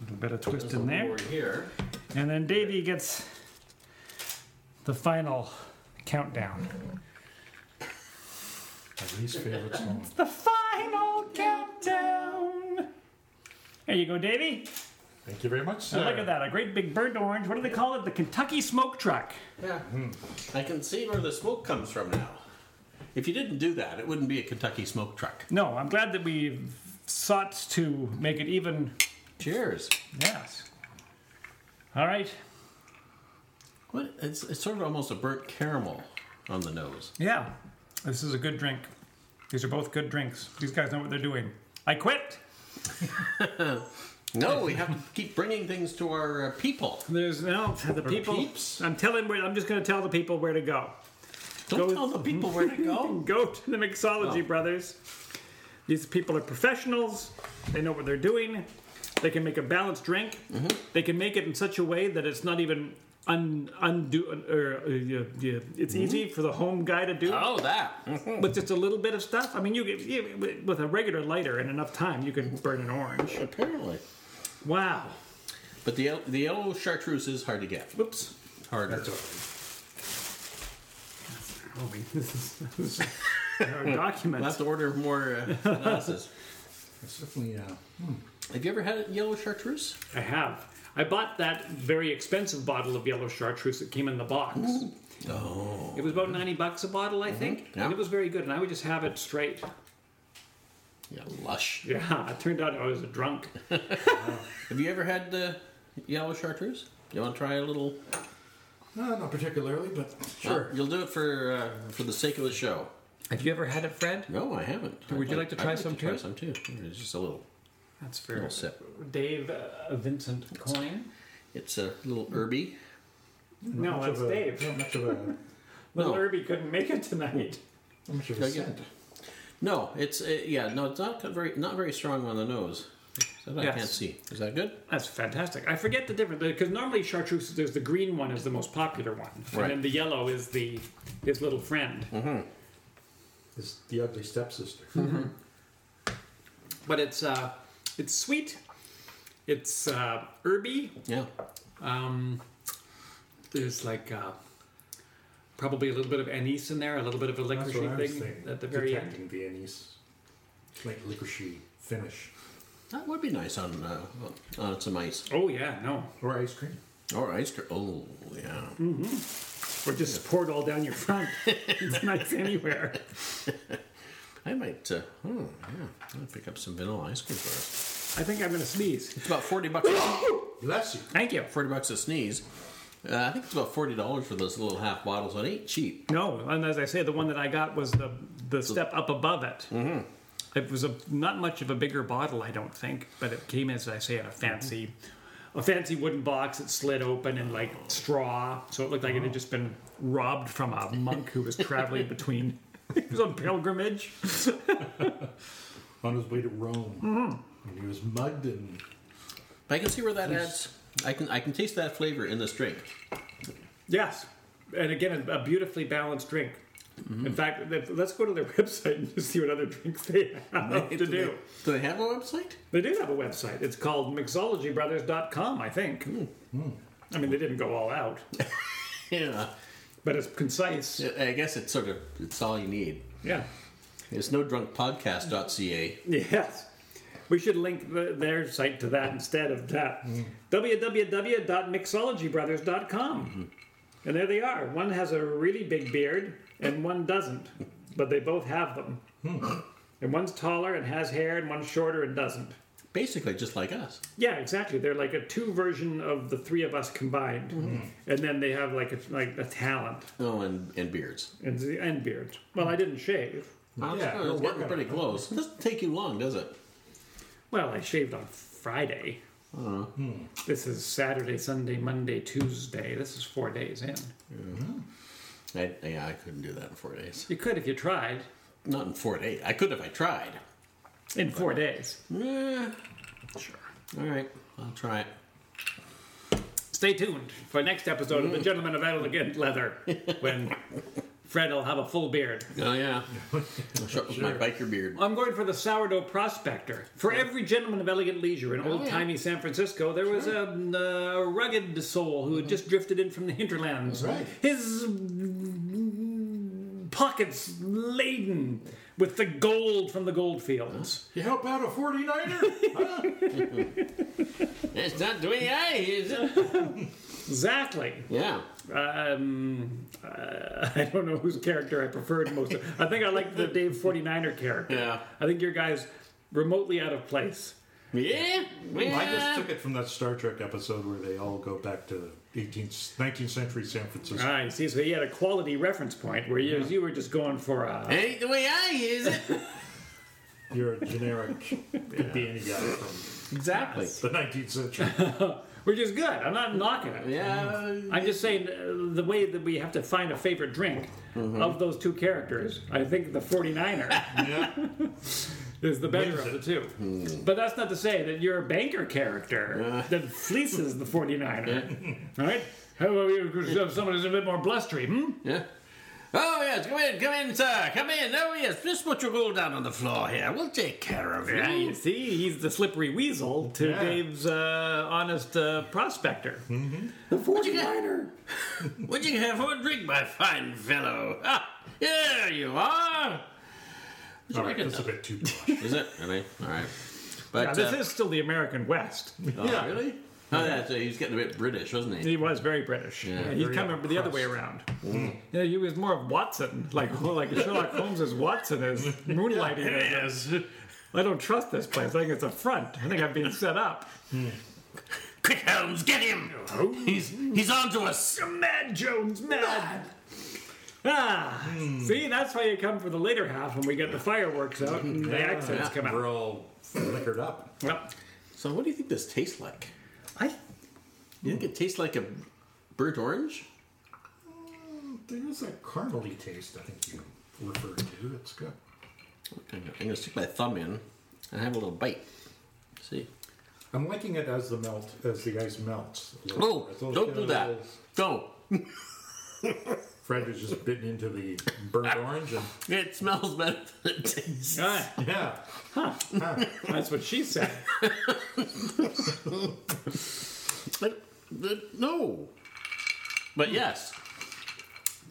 Speaker 6: little bit of
Speaker 2: This
Speaker 6: twist in
Speaker 2: will go
Speaker 6: there.
Speaker 2: over here.
Speaker 6: And then Davey gets the final countdown.
Speaker 3: My least favorite song.
Speaker 6: The final countdown. There you go, Davey.
Speaker 3: Thank you very much, sir.
Speaker 6: And look at that, a great big burnt orange. What do they call it? The Kentucky smoke truck.
Speaker 2: Yeah.
Speaker 6: Hmm.
Speaker 2: I can see where the smoke comes from now. If you didn't do that, it wouldn't be a Kentucky smoke truck.
Speaker 6: No, I'm glad that we sought to make it even.
Speaker 2: Cheers.
Speaker 6: Yes. All right.
Speaker 2: What? It's, it's sort of almost a burnt caramel on the nose.
Speaker 6: Yeah. This is a good drink. These are both good drinks. These guys know what they're doing. I quit.
Speaker 2: No, we have to keep bringing things to our uh, people.
Speaker 1: There's now the people.
Speaker 2: peeps?
Speaker 1: I'm telling. where- I'm just going to tell the people where to go.
Speaker 2: Don't
Speaker 1: Go-
Speaker 2: tell the people where to go.
Speaker 1: Go to the Mixology
Speaker 2: Oh.
Speaker 1: Brothers. These people are professionals. They know what they're doing. They can make a balanced drink.
Speaker 2: Mm-hmm.
Speaker 1: They can make it in such a way that it's not even un, undo or uh, yeah, yeah. it's easy for the home guy to do
Speaker 2: Mm-hmm. oh, that.
Speaker 1: with just a little bit of stuff. I mean, you, you with a regular lighter and enough time, you can burn an orange.
Speaker 2: Apparently.
Speaker 1: Wow.
Speaker 2: But the, yel- the yellow chartreuse is hard to get.
Speaker 1: Whoops.
Speaker 2: Harder.
Speaker 1: This is, this is there are
Speaker 2: We'll have
Speaker 1: documents.
Speaker 2: to order more uh, glasses.
Speaker 3: It's definitely, uh,
Speaker 2: have you ever had yellow chartreuse?
Speaker 1: I have. I bought that very expensive bottle of yellow chartreuse that came in the box.
Speaker 2: Oh.
Speaker 1: It was about 90 bucks a bottle, I think.
Speaker 2: Yeah.
Speaker 1: And it was very good, and I would just have it straight.
Speaker 2: Yeah, lush.
Speaker 1: Yeah, it turned out I was a drunk.
Speaker 2: Have you ever had the yellow chartreuse? You want to try a little?
Speaker 3: no, Uh, not particularly, but sure.
Speaker 2: Uh, you'll do it for uh, for the sake of the show.
Speaker 1: Have you ever had it, Fred?
Speaker 2: No, I haven't.
Speaker 1: Would you
Speaker 2: I'd
Speaker 1: like to
Speaker 2: I'd
Speaker 1: try some
Speaker 2: Try
Speaker 1: too?
Speaker 2: some too. It's just a little,
Speaker 1: That's fair.
Speaker 2: little sip.
Speaker 1: Dave uh, Vincent Coin?
Speaker 2: It's a little herby.
Speaker 1: No,
Speaker 3: much
Speaker 1: that's
Speaker 3: of a,
Speaker 1: Dave.
Speaker 3: Not much of a,
Speaker 1: Little
Speaker 2: No.
Speaker 1: Irby couldn't make it tonight.
Speaker 3: not much of
Speaker 2: Can I
Speaker 3: a
Speaker 2: get-
Speaker 3: scent.
Speaker 2: No, it's uh, yeah. No, it's not very not very strong on the nose. That I
Speaker 1: Yes.
Speaker 2: can't see. Is that good?
Speaker 1: That's fantastic. I forget the difference because normally chartreuse, there's the green one is the most popular one, and
Speaker 2: Right.
Speaker 1: then the yellow is the his little friend.
Speaker 3: It's the ugly stepsister.
Speaker 1: But it's uh, it's sweet, it's uh, herby.
Speaker 2: Yeah.
Speaker 1: Um, there's like uh, probably a little bit of anise in there, a little bit of a
Speaker 3: That's
Speaker 1: licorice
Speaker 3: what I was
Speaker 1: thing
Speaker 3: thinking.
Speaker 1: at the very end.
Speaker 3: Detecting the anise, like licoricey finish,
Speaker 2: That would be nice on uh, on some ice
Speaker 1: Oh yeah, no,
Speaker 3: or ice cream.
Speaker 2: or ice cream. Oh yeah.
Speaker 1: or just pour it all down your front. it's nice anywhere.
Speaker 2: I might. Uh, hmm, yeah. I'll pick up some vanilla ice cream for us.
Speaker 1: I think I'm gonna sneeze.
Speaker 2: It's about forty bucks.
Speaker 3: Bless you.
Speaker 1: Thank you.
Speaker 2: forty bucks a sneeze. Uh, I think it's about forty dollars for those little half bottles. It ain't cheap.
Speaker 1: No, and as I say, the one that I got was the the step up above it. Mm-hmm. It was a not much of a bigger bottle, I don't think, but it came as I say in a fancy, a fancy wooden box that slid open and like straw, so it looked like it had just been robbed from a monk who was traveling between. He was on pilgrimage.
Speaker 3: On his way to Rome, and he was mugged and
Speaker 2: But I can see where that adds. I can I can taste that flavor in this drink.
Speaker 1: Yes, and again, a beautifully balanced drink. In fact, let- let's go to their website and just see what other drinks they have to
Speaker 2: do,
Speaker 1: do.
Speaker 2: They, do they have a website?
Speaker 1: They do have a website. It's called mixologybrothers.com, I think. I mean, they didn't go all out,
Speaker 2: Yeah.
Speaker 1: but it's concise. Yeah.
Speaker 2: I guess it's sort of it's all you need. It's no drunk podcast.ca.
Speaker 1: Yes. We should link the, their site to that instead of that. www.mixologybrothers.com. And there they are. One has a really big beard and one doesn't, but they both have them. And one's taller and has hair, and one's shorter and doesn't.
Speaker 2: Basically, just like us.
Speaker 1: Yeah, exactly. They're like a two version of the three of us combined, and then they have like a, like a talent
Speaker 2: Oh, and and beards.
Speaker 1: and and beard. Well, I didn't shave.
Speaker 2: yeah,
Speaker 3: we're
Speaker 2: it's
Speaker 3: working
Speaker 2: getting
Speaker 3: on
Speaker 2: pretty
Speaker 3: it.
Speaker 2: close. It doesn't take you long, does it?
Speaker 1: Well, I shaved on Friday. This is Saturday, Sunday, Monday, Tuesday. This is four days in.
Speaker 2: I, yeah, I couldn't do that in four days.
Speaker 1: You could if you tried
Speaker 2: Not in four days. I could if I tried.
Speaker 1: in four days.
Speaker 2: Eh, sure. All right, I'll try it.
Speaker 1: Stay tuned for next episode of the Gentleman of Elegant Leather when Fred will have a full beard.
Speaker 2: Oh yeah, I'll show up with my biker beard.
Speaker 1: I'm going for the sourdough prospector. For every gentleman of elegant leisure in old timey San Francisco, there was a, mm, a rugged soul who had just drifted in from the hinterlands.
Speaker 3: Right.
Speaker 1: His mm, pockets laden with the gold from the gold fields.
Speaker 3: You help out a 49er?
Speaker 2: It's not doing I, is it?
Speaker 1: Exactly.
Speaker 2: Yeah.
Speaker 1: Um, uh, I don't know whose character I preferred most. I think I liked the Dave 49er character.
Speaker 2: Yeah.
Speaker 1: I think your guy's remotely out of place.
Speaker 2: Yeah.
Speaker 3: I just
Speaker 2: yeah.
Speaker 3: took it from that Star Trek episode where they all go back to 18th, 19th century San Francisco.
Speaker 1: Ah, I see. So he had a quality reference point, whereas you, you were just going for a.
Speaker 2: Ain't the way I, is it?
Speaker 3: You're a generic, could be any guy from
Speaker 1: Exactly.
Speaker 3: the 19th century.
Speaker 1: Which is good. I'm not knocking it.
Speaker 2: Yeah.
Speaker 1: I'm just saying uh, the way that we have to find a favorite drink of those two characters, I think the 49er
Speaker 3: yeah.
Speaker 1: is the better of the two. But that's not to say that you're a banker character that fleeces the 49er. All right? How about you, someone who's a bit more blustery, hmm?
Speaker 2: Yeah. Oh yes, come in, come in, sir, come in. Oh yes, just put your roll down on the floor here. We'll take care of you.
Speaker 1: Yeah, you see, he's the slippery weasel to Dave's uh, honest uh, prospector.
Speaker 2: What'd you have? What'd you have for a drink, my fine fellow? Ah, here you are. Would you
Speaker 3: All right,
Speaker 2: like a-
Speaker 3: that's a bit too much.
Speaker 2: Is it really? All right. But
Speaker 1: Now, this
Speaker 2: uh,
Speaker 1: is still the American West.
Speaker 2: oh, really. Oh, yeah, so he was getting a bit British, wasn't he?
Speaker 1: He was very British. Yeah, he's
Speaker 3: very
Speaker 1: coming the other way around. Yeah, he was more of Watson, like well, like Sherlock Holmes is Watson is moonlighting. as a- I don't trust this place. I think it's a front. I think I'm being set up.
Speaker 2: Quick, Holmes, get him!
Speaker 1: Oh.
Speaker 2: He's he's onto us.
Speaker 1: Mad Jones, mad. Ah, see, that's why you come for the later half when we get the fireworks out and the accents come out.
Speaker 3: We're all liquored up.
Speaker 1: Yep.
Speaker 2: So, what do you think this tastes like?
Speaker 1: I
Speaker 2: You think it tastes like a burnt orange?
Speaker 3: There's a caramely taste, I think you referred to. It's good.
Speaker 2: I'm gonna- I'm gonna stick my thumb in and have a little bite. See?
Speaker 3: I'm liking it as the melt, as the ice melts. a little.
Speaker 2: Oh,
Speaker 3: It's a little-
Speaker 2: don't do that. Don't.
Speaker 3: Fred was just bitten into the burnt orange, and
Speaker 2: It smells better than it tastes.
Speaker 1: ah,
Speaker 3: yeah,
Speaker 1: that's what she said.
Speaker 2: But- but no. But yes.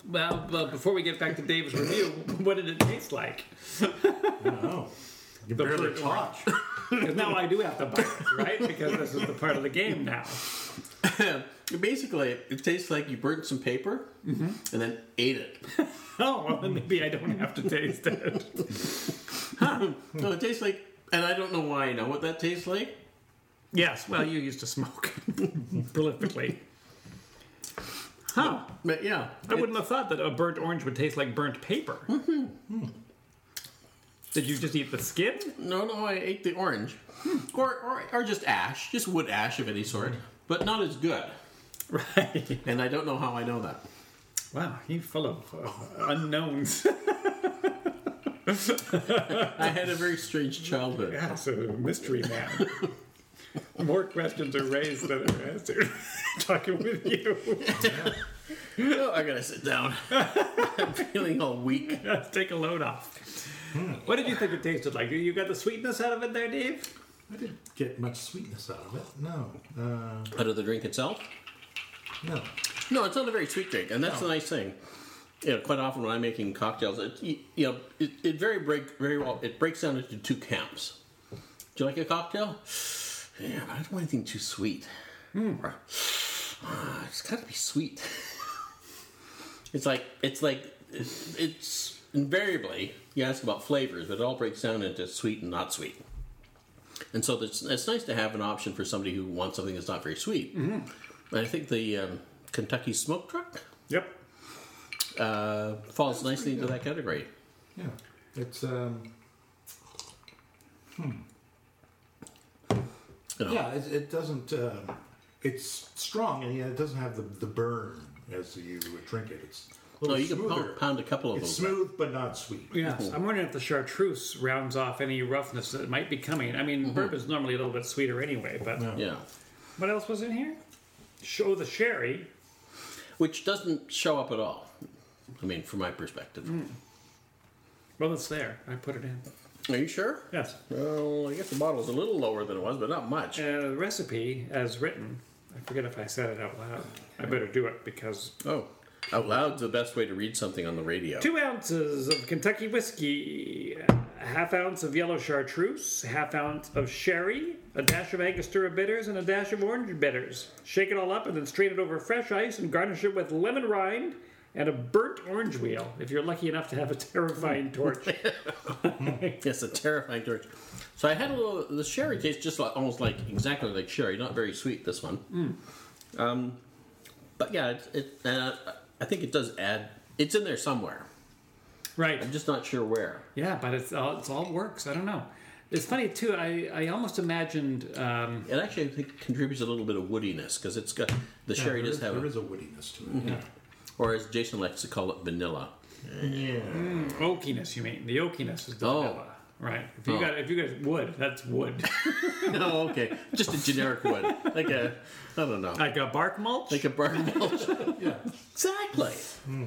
Speaker 1: Well, well, before we get back to Dave's review, what did it taste like?
Speaker 3: oh, you barely
Speaker 1: burnt
Speaker 3: talk.
Speaker 1: Because now I do have to bite, right? Because this is the part of the game now.
Speaker 2: Basically, it tastes like you burnt some paper and then ate it.
Speaker 1: Oh, well, then maybe I don't have to taste it.
Speaker 2: No, it tastes like, and I don't know why I know what that tastes like.
Speaker 1: Yes, well, you used to smoke prolifically. Huh.
Speaker 2: But yeah,
Speaker 1: I wouldn't have thought that a burnt orange would taste like burnt paper. Did you just eat the skin?
Speaker 2: no, no, I ate the orange, or, or or just ash, just wood ash of any sort, but not as good.
Speaker 1: Right.
Speaker 2: And I don't know how I know that.
Speaker 1: Wow, you're full of uh, unknowns.
Speaker 2: I had a very strange childhood.
Speaker 1: That's a mystery man. More questions are raised than are answered. Talking with you.
Speaker 2: Oh, I gotta sit down. I'm feeling all weak.
Speaker 1: Let's take a load off. Hmm. What did you think it tasted like? You got the sweetness out of it there, Dave?
Speaker 3: I didn't get much sweetness out of it. No, uh,
Speaker 2: Out of the drink itself?
Speaker 3: no.
Speaker 2: No, it's not a very sweet drink, and that's the nice thing. You know, quite often when I'm making cocktails, it you you know it, it very break very well it breaks down into two camps. Do you like a cocktail? Yeah, but I don't want anything too sweet. Or, "Ah, it's got to be sweet. it's like it's like it's, it's invariably you ask about flavors, but it all breaks down into sweet and not sweet. And so it's, it's nice to have an option for somebody who wants something that's not very sweet. I think the um, Kentucky Smoke Truck
Speaker 1: Yep.
Speaker 2: uh, falls nicely into that category.
Speaker 3: Yeah, it's um, hmm.
Speaker 2: You know,
Speaker 3: yeah, it, it doesn't. Um, it's strong, and yet it doesn't have the, the burn as you would drink it. It's a
Speaker 2: No,
Speaker 3: little
Speaker 2: you can
Speaker 3: smoother.
Speaker 2: pound, pound a couple of
Speaker 3: it's
Speaker 2: those.
Speaker 3: smooth, but not sweet.
Speaker 1: Yes. I'm wondering if the chartreuse rounds off any roughness that might be coming. I mean, bourbon's normally a little bit sweeter anyway, but
Speaker 2: Yeah,
Speaker 1: what else was in here? Show the sherry.
Speaker 2: which doesn't show up at all. I mean, from my perspective.
Speaker 3: Mm.
Speaker 1: Well, it's there. I put it in.
Speaker 2: Are you sure?
Speaker 1: Yes.
Speaker 2: Well, I guess the bottle's a little lower than it was, but not much.
Speaker 1: Uh, the recipe, as written, I forget if I said it out loud. I better do it because
Speaker 2: Oh, out loud's the best way to read something on the radio.
Speaker 1: two ounces of Kentucky whiskey, a half ounce of yellow chartreuse, a half ounce of sherry, a dash of Angostura bitters, and a dash of orange bitters. Shake it all up and then strain it over fresh ice and garnish it with lemon rind and a burnt orange wheel if you're lucky enough to have a terrifying torch.
Speaker 2: Yes, a terrifying torch. So I had a little. The sherry tastes just like, almost like exactly like sherry. Not very sweet. This one.
Speaker 3: Mm.
Speaker 2: Um, but yeah, it. it uh, I think it does add. It's in there somewhere.
Speaker 1: right.
Speaker 2: I'm just not sure where.
Speaker 1: Yeah, but it's all, it's all works. I don't know. It's funny too. I, I almost imagined um,
Speaker 2: It actually I think contributes a little bit of woodiness because it's got the sherry does have, a,
Speaker 3: There
Speaker 2: Mm-hmm.
Speaker 3: is a woodiness to it.
Speaker 2: or as Jason likes to call it, vanilla.
Speaker 1: oakiness. You mean the oakiness is the
Speaker 2: Oh.
Speaker 1: vanilla, right? If you
Speaker 2: Oh.
Speaker 1: got if you got wood, that's wood.
Speaker 2: oh, okay, just a generic wood, like a I don't know,
Speaker 1: like a bark mulch.
Speaker 2: like a bark mulch.
Speaker 3: Yeah.
Speaker 2: exactly.
Speaker 1: Hmm.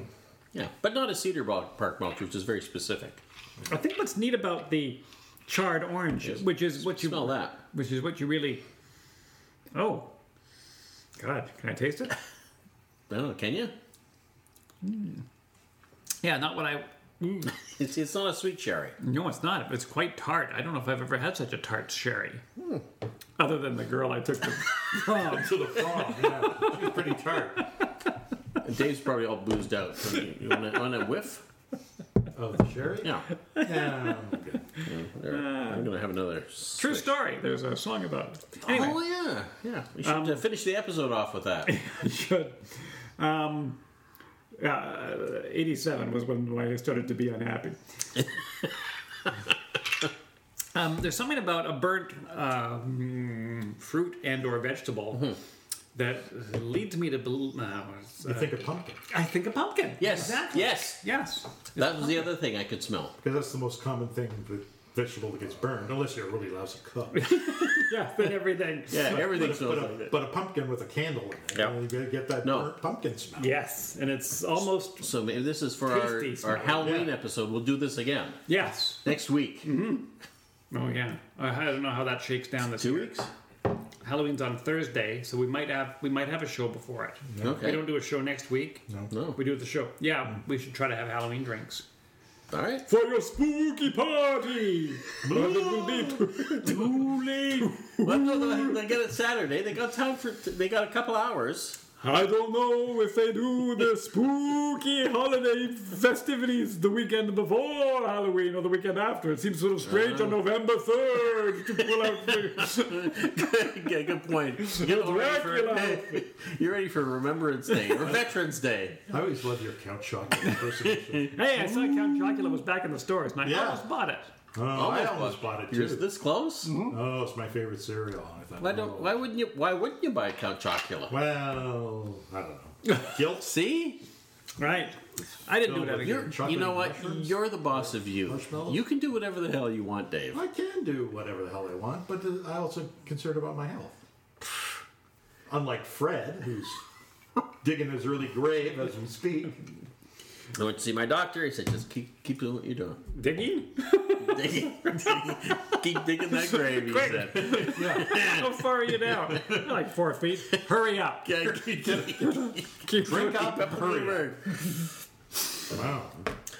Speaker 2: Yeah, but not a cedar bark bark mulch, which is very specific.
Speaker 1: I think what's neat about the charred orange, which is what you
Speaker 2: Smell that.
Speaker 1: which is what you really. Oh, God! Can I taste it?
Speaker 2: I don't know. Can you?
Speaker 1: Yeah, not what I.
Speaker 2: It's, it's not a sweet cherry.
Speaker 1: No, it's not. It's quite tart. I don't know if I've ever had such a tart sherry. Hmm. Other than the girl I took the prom
Speaker 3: To the frog, yeah. She's pretty tart.
Speaker 2: Dave's probably all boozed out. So you you want, a, want a whiff?
Speaker 3: Of Oh, sherry?
Speaker 2: Yeah.
Speaker 3: Yeah.
Speaker 2: There. I'm going to have another.
Speaker 1: Ah. True
Speaker 2: swish.
Speaker 1: story. There's a song about it. Anyway, Um,
Speaker 2: Oh, yeah. Yeah. We should uh, finish the episode off with that.
Speaker 1: should. Um, yeah, 87 was when I started to be unhappy. um, there's something about a burnt um, fruit and or vegetable
Speaker 2: Mm-hmm.
Speaker 1: that leads me to believe. Uh,
Speaker 3: You think of pumpkin.
Speaker 1: I think a pumpkin.
Speaker 2: Yes.
Speaker 1: Exactly.
Speaker 2: Yes.
Speaker 1: Yes.
Speaker 2: That was the other thing I could smell.
Speaker 3: Because that's the most common thing, the vegetable that gets burned, unless you're a really lousy cook.
Speaker 1: Yeah, but everything.
Speaker 2: Yeah, everything smells
Speaker 3: But
Speaker 2: like
Speaker 3: a,
Speaker 2: that.
Speaker 3: but a pumpkin with a candle in it,
Speaker 2: Yeah.
Speaker 3: you, know, you get- get that
Speaker 2: No.
Speaker 3: burnt pumpkin smell.
Speaker 1: Yes. And it's almost.
Speaker 2: So maybe this is for our,
Speaker 1: Tasty smell,
Speaker 2: our Halloween
Speaker 3: yeah. Mm-hmm.
Speaker 2: episode. We'll do this again
Speaker 1: Yes.
Speaker 2: next week.
Speaker 1: Oh, yeah. I I don't know how that shakes down this
Speaker 2: Two
Speaker 1: year.
Speaker 2: weeks?
Speaker 1: Halloween's on Thursday, so we might have we might have a show before it.
Speaker 2: Okay.
Speaker 1: We don't do a show next week.
Speaker 3: No.
Speaker 2: No.
Speaker 1: We do the show. Yeah, we should try to have Halloween drinks
Speaker 2: All right.
Speaker 1: for your spooky party. but it will be too, too late.
Speaker 2: Well, no, they, they got it Saturday. They got time for. They got a couple hours.
Speaker 1: I don't know if they do the spooky holiday festivities the weekend before Halloween or the weekend after. It seems sort of strange on November third to pull out. The,
Speaker 2: yeah, good point. You're ready,
Speaker 1: Dracula.
Speaker 2: for, you're ready for Remembrance Day or Veterans Day.
Speaker 3: I always love your count shot impersonation.
Speaker 1: hey, I saw Count Dracula was back in the stores, and I
Speaker 3: Yeah.
Speaker 1: almost bought it.
Speaker 3: oh, I almost bought it
Speaker 2: You're
Speaker 3: too.
Speaker 2: this close?
Speaker 3: Oh, it's my favorite cereal. I thought,
Speaker 2: Why don't?
Speaker 3: oh.
Speaker 2: Why wouldn't you? Why wouldn't you buy Count Chocula?
Speaker 3: Well, I don't know. Guilt.
Speaker 2: See,
Speaker 1: Right. I didn't do
Speaker 3: Filled
Speaker 1: that
Speaker 3: with
Speaker 1: again.
Speaker 2: you're,
Speaker 3: Chocolate
Speaker 2: you know
Speaker 3: and
Speaker 2: what?
Speaker 3: mushrooms?
Speaker 2: You're the boss of you.
Speaker 3: Marshmallows?
Speaker 2: You can do whatever the hell you want, Dave.
Speaker 3: I can do whatever the hell I want, but uh, I also concerned about my health. Unlike Fred, who's digging his early grave as we speak.
Speaker 2: I went to see my doctor. He said, just keep keep doing what you're doing.
Speaker 1: Digging?
Speaker 2: Digging- keep digging that grave. He
Speaker 1: Quick.
Speaker 2: said.
Speaker 1: How far are you down? like four feet. Hurry up.
Speaker 2: Yeah, keep- keep-
Speaker 1: Keep
Speaker 3: Drink up and hurry.
Speaker 2: keep-
Speaker 3: Wow.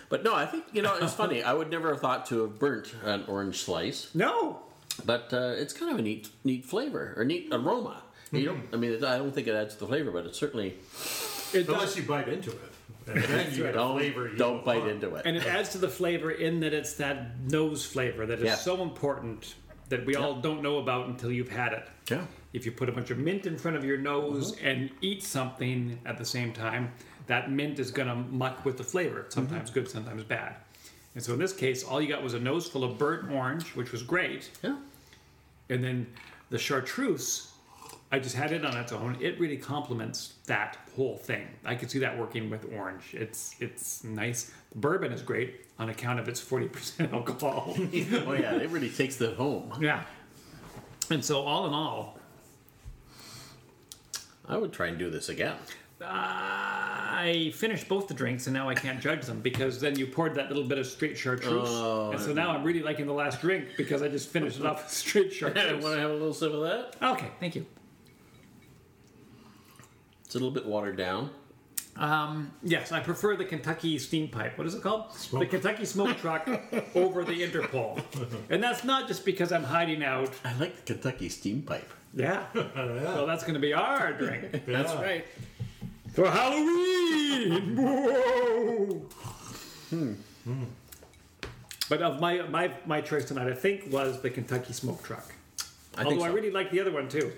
Speaker 2: But no, I think you know it's funny. I would never have thought to have burnt an orange slice,
Speaker 1: No.
Speaker 2: but uh, it's kind of a neat neat flavor or neat aroma. You don't, I mean, it, I don't think it adds to the flavor, but it certainly
Speaker 1: It does.
Speaker 3: Unless you bite into it. And then you get a
Speaker 2: don't
Speaker 3: flavor you
Speaker 2: don't bite
Speaker 3: want.
Speaker 2: into it.
Speaker 1: And it adds to the flavor in that it's that nose flavor that is
Speaker 2: Yeah.
Speaker 1: so important that we all don't know about until you've had it.
Speaker 2: yeah.
Speaker 1: If you put a bunch of mint in front of your nose and eat something at the same time, that mint is going to muck with the flavor. Sometimes good, sometimes bad. And so in this case, all you got was a nose full of burnt orange, which was great.
Speaker 2: Yeah.
Speaker 1: And then the chartreuse, I just had it on its own. It really complements that whole thing. I could see that working with orange. It's it's nice. Bourbon is great on account of its forty percent alcohol.
Speaker 2: oh yeah, it really takes that home.
Speaker 1: yeah. And so all in all,
Speaker 2: I would try and do this again.
Speaker 1: I finished both the drinks and now I can't judge them because then you poured that little bit of straight chartreuse.
Speaker 2: Oh,
Speaker 1: and so now I'm really liking the last drink because I just finished it off with straight
Speaker 2: I want to
Speaker 1: chartreuse.
Speaker 2: have a little sip of that.
Speaker 1: okay, thank you.
Speaker 2: It's a little bit watered down.
Speaker 1: Um, yes, I prefer the Kentucky steam pipe. What is it called? The
Speaker 3: Smoke.
Speaker 1: Kentucky smoke truck over the Interpol. And that's not just because I'm hiding out.
Speaker 2: I like the Kentucky steam pipe.
Speaker 1: Yeah.
Speaker 3: Oh,
Speaker 1: Well, that's going to be our drink.
Speaker 2: That's right.
Speaker 1: For Halloween! Whoa! Hmm. But of my, my my choice tonight, I think was the Kentucky Smoke Truck.
Speaker 2: I
Speaker 1: Although
Speaker 2: think so.
Speaker 1: I really liked the other one too.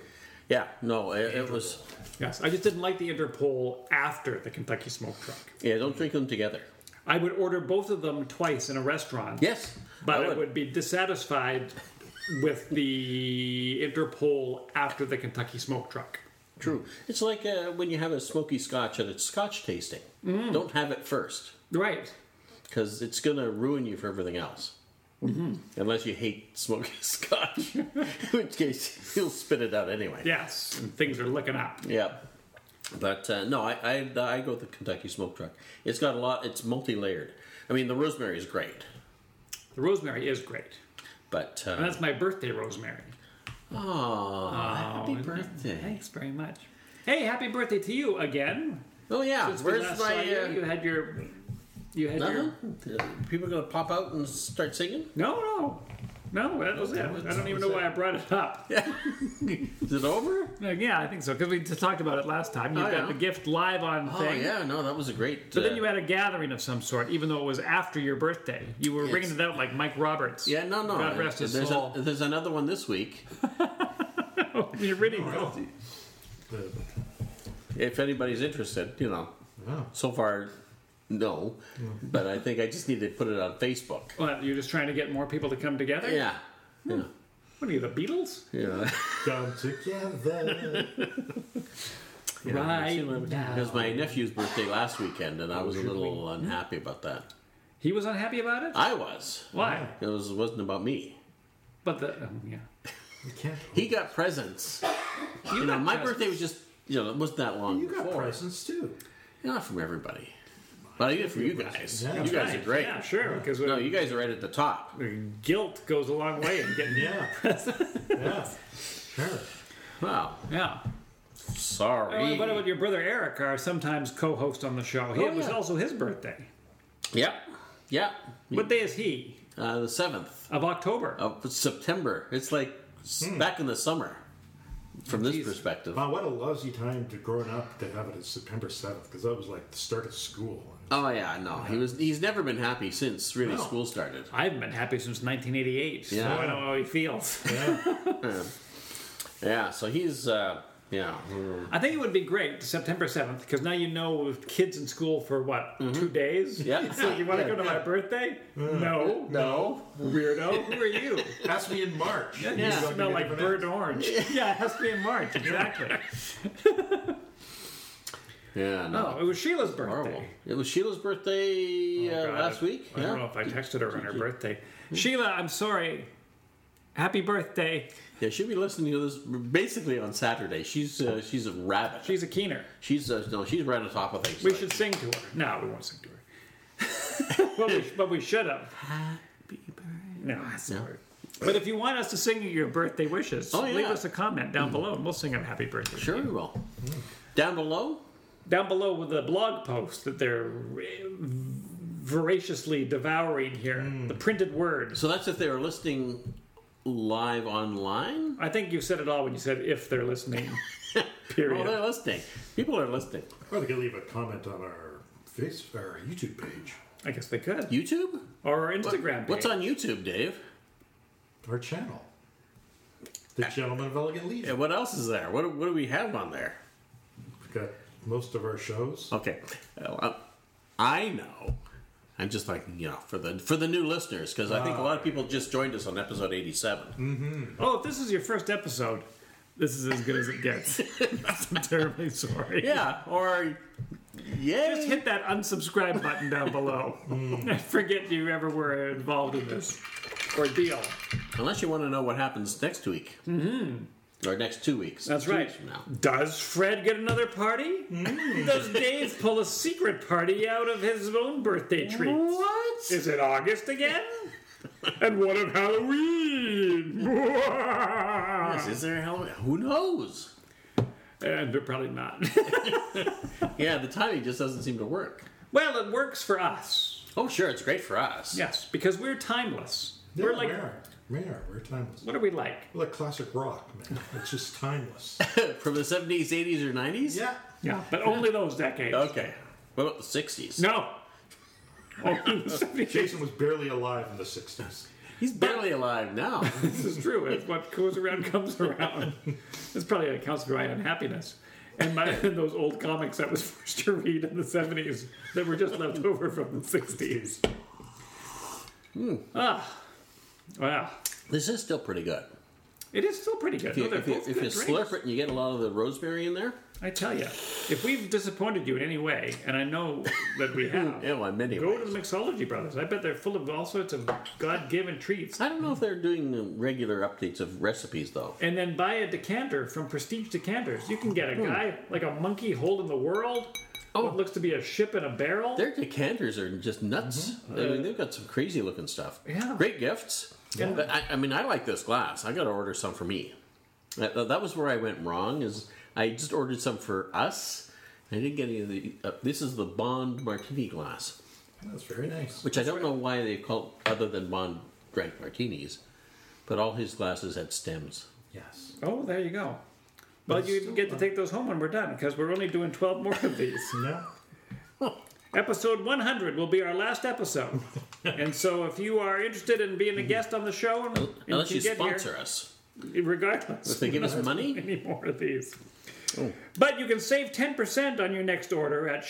Speaker 2: yeah, no, it, it was.
Speaker 1: Yes, I just didn't like the Interpol after the Kentucky Smoke Truck.
Speaker 2: Yeah, don't drink them together.
Speaker 1: I would order both of them twice in a restaurant.
Speaker 2: Yes,
Speaker 1: but
Speaker 2: I
Speaker 1: I would be dissatisfied with the Interpol after the Kentucky Smoke Truck.
Speaker 2: True. It's like uh, when you have a smoky scotch at a scotch tasting.
Speaker 1: Mm.
Speaker 2: Don't have it first
Speaker 1: Right.
Speaker 2: because it's going to ruin you for everything else.
Speaker 1: Mm-hmm.
Speaker 2: Unless you hate smoky scotch, in which case you'll spit it out anyway.
Speaker 1: Yes, and things are looking up.
Speaker 2: Yeah. But uh, no, I, I I go with the Kentucky Smoke Truck. It's got a lot. It's multi-layered. I mean, the rosemary is great,
Speaker 1: The rosemary is great,
Speaker 2: but
Speaker 1: and
Speaker 2: uh,
Speaker 1: that's my birthday rosemary. Uh,
Speaker 2: oh, happy
Speaker 1: isn't it?
Speaker 2: birthday!
Speaker 1: Thanks very much. Hey, happy birthday to you again.
Speaker 2: Oh yeah,
Speaker 1: Since we
Speaker 2: where's
Speaker 1: last saw
Speaker 2: my?
Speaker 1: you,
Speaker 2: Uh,
Speaker 1: you had your. You had
Speaker 2: Uh-huh.
Speaker 1: your.
Speaker 2: nothing? People gonna pop out and start singing?
Speaker 1: No, no. No, that was it.
Speaker 2: was-
Speaker 1: I don't even know
Speaker 2: was
Speaker 1: why I brought it up. Yeah,
Speaker 2: Is it over?
Speaker 1: I think so, because we just talked about it last time. You
Speaker 2: Oh,
Speaker 1: got
Speaker 2: yeah.
Speaker 1: the gift live on
Speaker 2: Oh
Speaker 1: thing.
Speaker 2: yeah, no, that was a great.
Speaker 1: But then
Speaker 2: uh,
Speaker 1: you had a gathering of some sort, even though it was after your birthday. You were
Speaker 2: Yes.
Speaker 1: ringing it out like Mike Roberts.
Speaker 2: yeah, no, no.
Speaker 1: God rest his
Speaker 2: there's,
Speaker 1: soul.
Speaker 2: A, there's another one this week.
Speaker 1: Oh, You're really
Speaker 3: The-
Speaker 2: If anybody's interested, you know.
Speaker 3: yeah.
Speaker 2: So far, no. But I think I just need to put it on Facebook.
Speaker 1: What, you're just trying to get more people to come together?
Speaker 2: Yeah. Yeah.
Speaker 1: What are you, the Beatles?
Speaker 2: Yeah.
Speaker 3: Come together.
Speaker 1: Right
Speaker 2: Because my nephew's birthday last weekend, and I was a little unhappy about that.
Speaker 1: He was unhappy about it?
Speaker 2: I was.
Speaker 1: Why?
Speaker 2: It was, wasn't about me.
Speaker 1: But the. Um, yeah.
Speaker 3: you can't.
Speaker 2: He got presents. You, know,
Speaker 1: got
Speaker 2: my
Speaker 1: presents.
Speaker 2: birthday was just, you know, it wasn't that long
Speaker 3: You got
Speaker 2: before.
Speaker 3: presents too.
Speaker 2: Not from everybody. But I did for you guys.
Speaker 3: Yeah.
Speaker 2: you guys are great.
Speaker 1: Yeah, sure, because
Speaker 2: No, you guys are right at the top.
Speaker 1: guilt goes a long way in getting.
Speaker 3: Yeah. yeah. Sure.
Speaker 2: Wow.
Speaker 1: yeah.
Speaker 2: Sorry.
Speaker 1: What about your brother Eric, our sometimes co host on the show? He,
Speaker 2: Oh,
Speaker 1: It was
Speaker 2: yeah.
Speaker 1: also his birthday.
Speaker 2: Yep. Yep.
Speaker 1: What day is he?
Speaker 2: Uh, the 7th
Speaker 1: Of October.
Speaker 2: of September. It's like s
Speaker 1: Hmm.
Speaker 2: back in the summer from this perspective.
Speaker 3: Wow, what a lousy time to growing up to have it as September 7th because that was like the start of school.
Speaker 2: Oh, yeah, no. He was. He's never been happy since really
Speaker 3: No.
Speaker 2: school started.
Speaker 1: I haven't been happy since 1988, so
Speaker 2: Yeah.
Speaker 1: I know how he feels.
Speaker 3: Yeah.
Speaker 2: Yeah, so he's uh yeah.
Speaker 1: I think it would be great September 7th because now you know with kids in school for what, two days?
Speaker 2: Mm-hmm. Yeah.
Speaker 1: So you want to come to my birthday? No.
Speaker 2: No.
Speaker 1: Weirdo. Who are you?
Speaker 3: That's me in March.
Speaker 1: You
Speaker 2: Yeah.
Speaker 1: smell like burnt orange. Yeah, it has to be in March. Exactly.
Speaker 2: Yeah, no.
Speaker 1: Oh, it was Sheila's birthday.
Speaker 2: Horrible. It was Sheila's birthday
Speaker 1: Oh,
Speaker 2: uh,
Speaker 1: God,
Speaker 2: last
Speaker 1: I-
Speaker 2: week.
Speaker 1: I
Speaker 2: yeah. Mm-hmm.
Speaker 1: don't know if I texted her on her birthday. Sheila, I'm sorry. Happy birthday.
Speaker 2: Yeah, she'll be listening to this basically on Saturday. She's uh, she's a rabbit.
Speaker 1: She's a keener.
Speaker 2: She's uh, no, she's right on top of things.
Speaker 1: We
Speaker 2: like,
Speaker 1: should sing to her. No, we won't sing to her. but, we, but we should have. No, that's
Speaker 2: No.
Speaker 1: not right. But if you want us to sing you your birthday wishes,
Speaker 2: Oh,
Speaker 1: leave
Speaker 2: yeah.
Speaker 1: us a comment down below and we'll sing a happy birthday.
Speaker 2: Sure, we will. Down below,
Speaker 1: Down below with the blog post that they're voraciously devouring here,
Speaker 2: Mm.
Speaker 1: the printed words.
Speaker 2: so that's if they were listening live online.
Speaker 1: I think you said it all when you said if they're listening.
Speaker 2: Oh,
Speaker 1: Period.
Speaker 2: they're listening. People are listening.
Speaker 3: Or they could leave a comment on our face, our YouTube page,
Speaker 1: I guess they could.
Speaker 2: YouTube.
Speaker 1: Or our Instagram page.
Speaker 2: What's on YouTube, Dave?
Speaker 3: our channel. The Gentleman of Elegant Leisure.
Speaker 2: And what else is there? What what do we have on there?
Speaker 3: We've got most of our shows.
Speaker 2: Okay, Uh, I know. I'm just like you know for the for the new listeners because I think a lot of people just joined us on episode 87.
Speaker 1: Oh, if this is your first episode, this is as good as it gets. I'm terribly sorry.
Speaker 2: Yeah, or yeah,
Speaker 1: Just hit that unsubscribe button down below. I forget you ever were involved in this ordeal.
Speaker 2: Unless you want to know what happens next week. Or next two weeks.
Speaker 1: That's
Speaker 2: Two
Speaker 1: right.
Speaker 2: weeks from now.
Speaker 1: Does Fred get another party? Does Dave pull a secret party out of his own birthday treats? What? Is it August again? and what of Halloween?
Speaker 2: Yes, is there a Halloween? Who knows?
Speaker 1: and they're probably not.
Speaker 2: Yeah, the timing just doesn't seem to work.
Speaker 1: well, it works for us.
Speaker 2: Oh, sure, it's great for us.
Speaker 1: Yes, because we're timeless. we're like,
Speaker 3: we are. We are. We're timeless.
Speaker 1: what are we like?
Speaker 3: We're like classic rock, man. It's just timeless.
Speaker 2: From the 70s, 80s, or 90s?
Speaker 3: yeah.
Speaker 1: Yeah, but only those decades.
Speaker 2: Okay. What about the 60s?
Speaker 1: No. Only the 70s.
Speaker 3: Jason was barely alive in the 60s.
Speaker 2: He's barely alive now.
Speaker 1: This is true. It's what goes around comes around. That's probably accounts for my unhappiness. And my and those old comics I was forced to read in the seventies that were just left over from the sixties.
Speaker 2: Hmm.
Speaker 1: Ah. Wow.
Speaker 2: this is still pretty good.
Speaker 1: It is still pretty good.
Speaker 2: If you,
Speaker 1: No, they're
Speaker 2: if you,
Speaker 1: both
Speaker 2: if
Speaker 1: good
Speaker 2: you
Speaker 1: drinks.
Speaker 2: slurp it and you get a lot of the rosemary in there,
Speaker 1: I tell you, if we've disappointed you in any way, and I know that we have,
Speaker 2: yeah, well, in many
Speaker 1: go
Speaker 2: ways.
Speaker 1: to the Mixology Brothers. I bet they're full of all sorts of God-given treats.
Speaker 2: I don't know if they're doing the regular updates of recipes, though.
Speaker 1: and then buy a decanter from Prestige Decanters. You can get a guy like a monkey holding the world. Hmm. Oh, what looks to be a ship in a barrel.
Speaker 2: Their decanters are just nuts. I mean, they've got some crazy looking stuff.
Speaker 1: Mm-hmm. Uh, Yeah.
Speaker 2: Great gifts. But I, I mean, I like this glass. I got to order some for me. That, that was where I went wrong. Is I just ordered some for us. I didn't get any of the. Uh, this is the Bond Martini glass,
Speaker 3: That's very nice.
Speaker 2: which I don't know why they call other than Bond drank martinis, but all his glasses had stems.
Speaker 3: Yes.
Speaker 1: Oh, there you go. Well, you get to take those home when we're done because we're only doing 12 more of these.
Speaker 3: Yeah.
Speaker 1: episode 100 will be our last episode. and so if you are interested in being a guest on the show, and, and
Speaker 2: Unless you
Speaker 1: can get here-
Speaker 2: sponsor us, if
Speaker 1: regardless,
Speaker 2: they give us money.
Speaker 1: any more of these.
Speaker 2: Oh.
Speaker 1: But you can save 10% on your next order at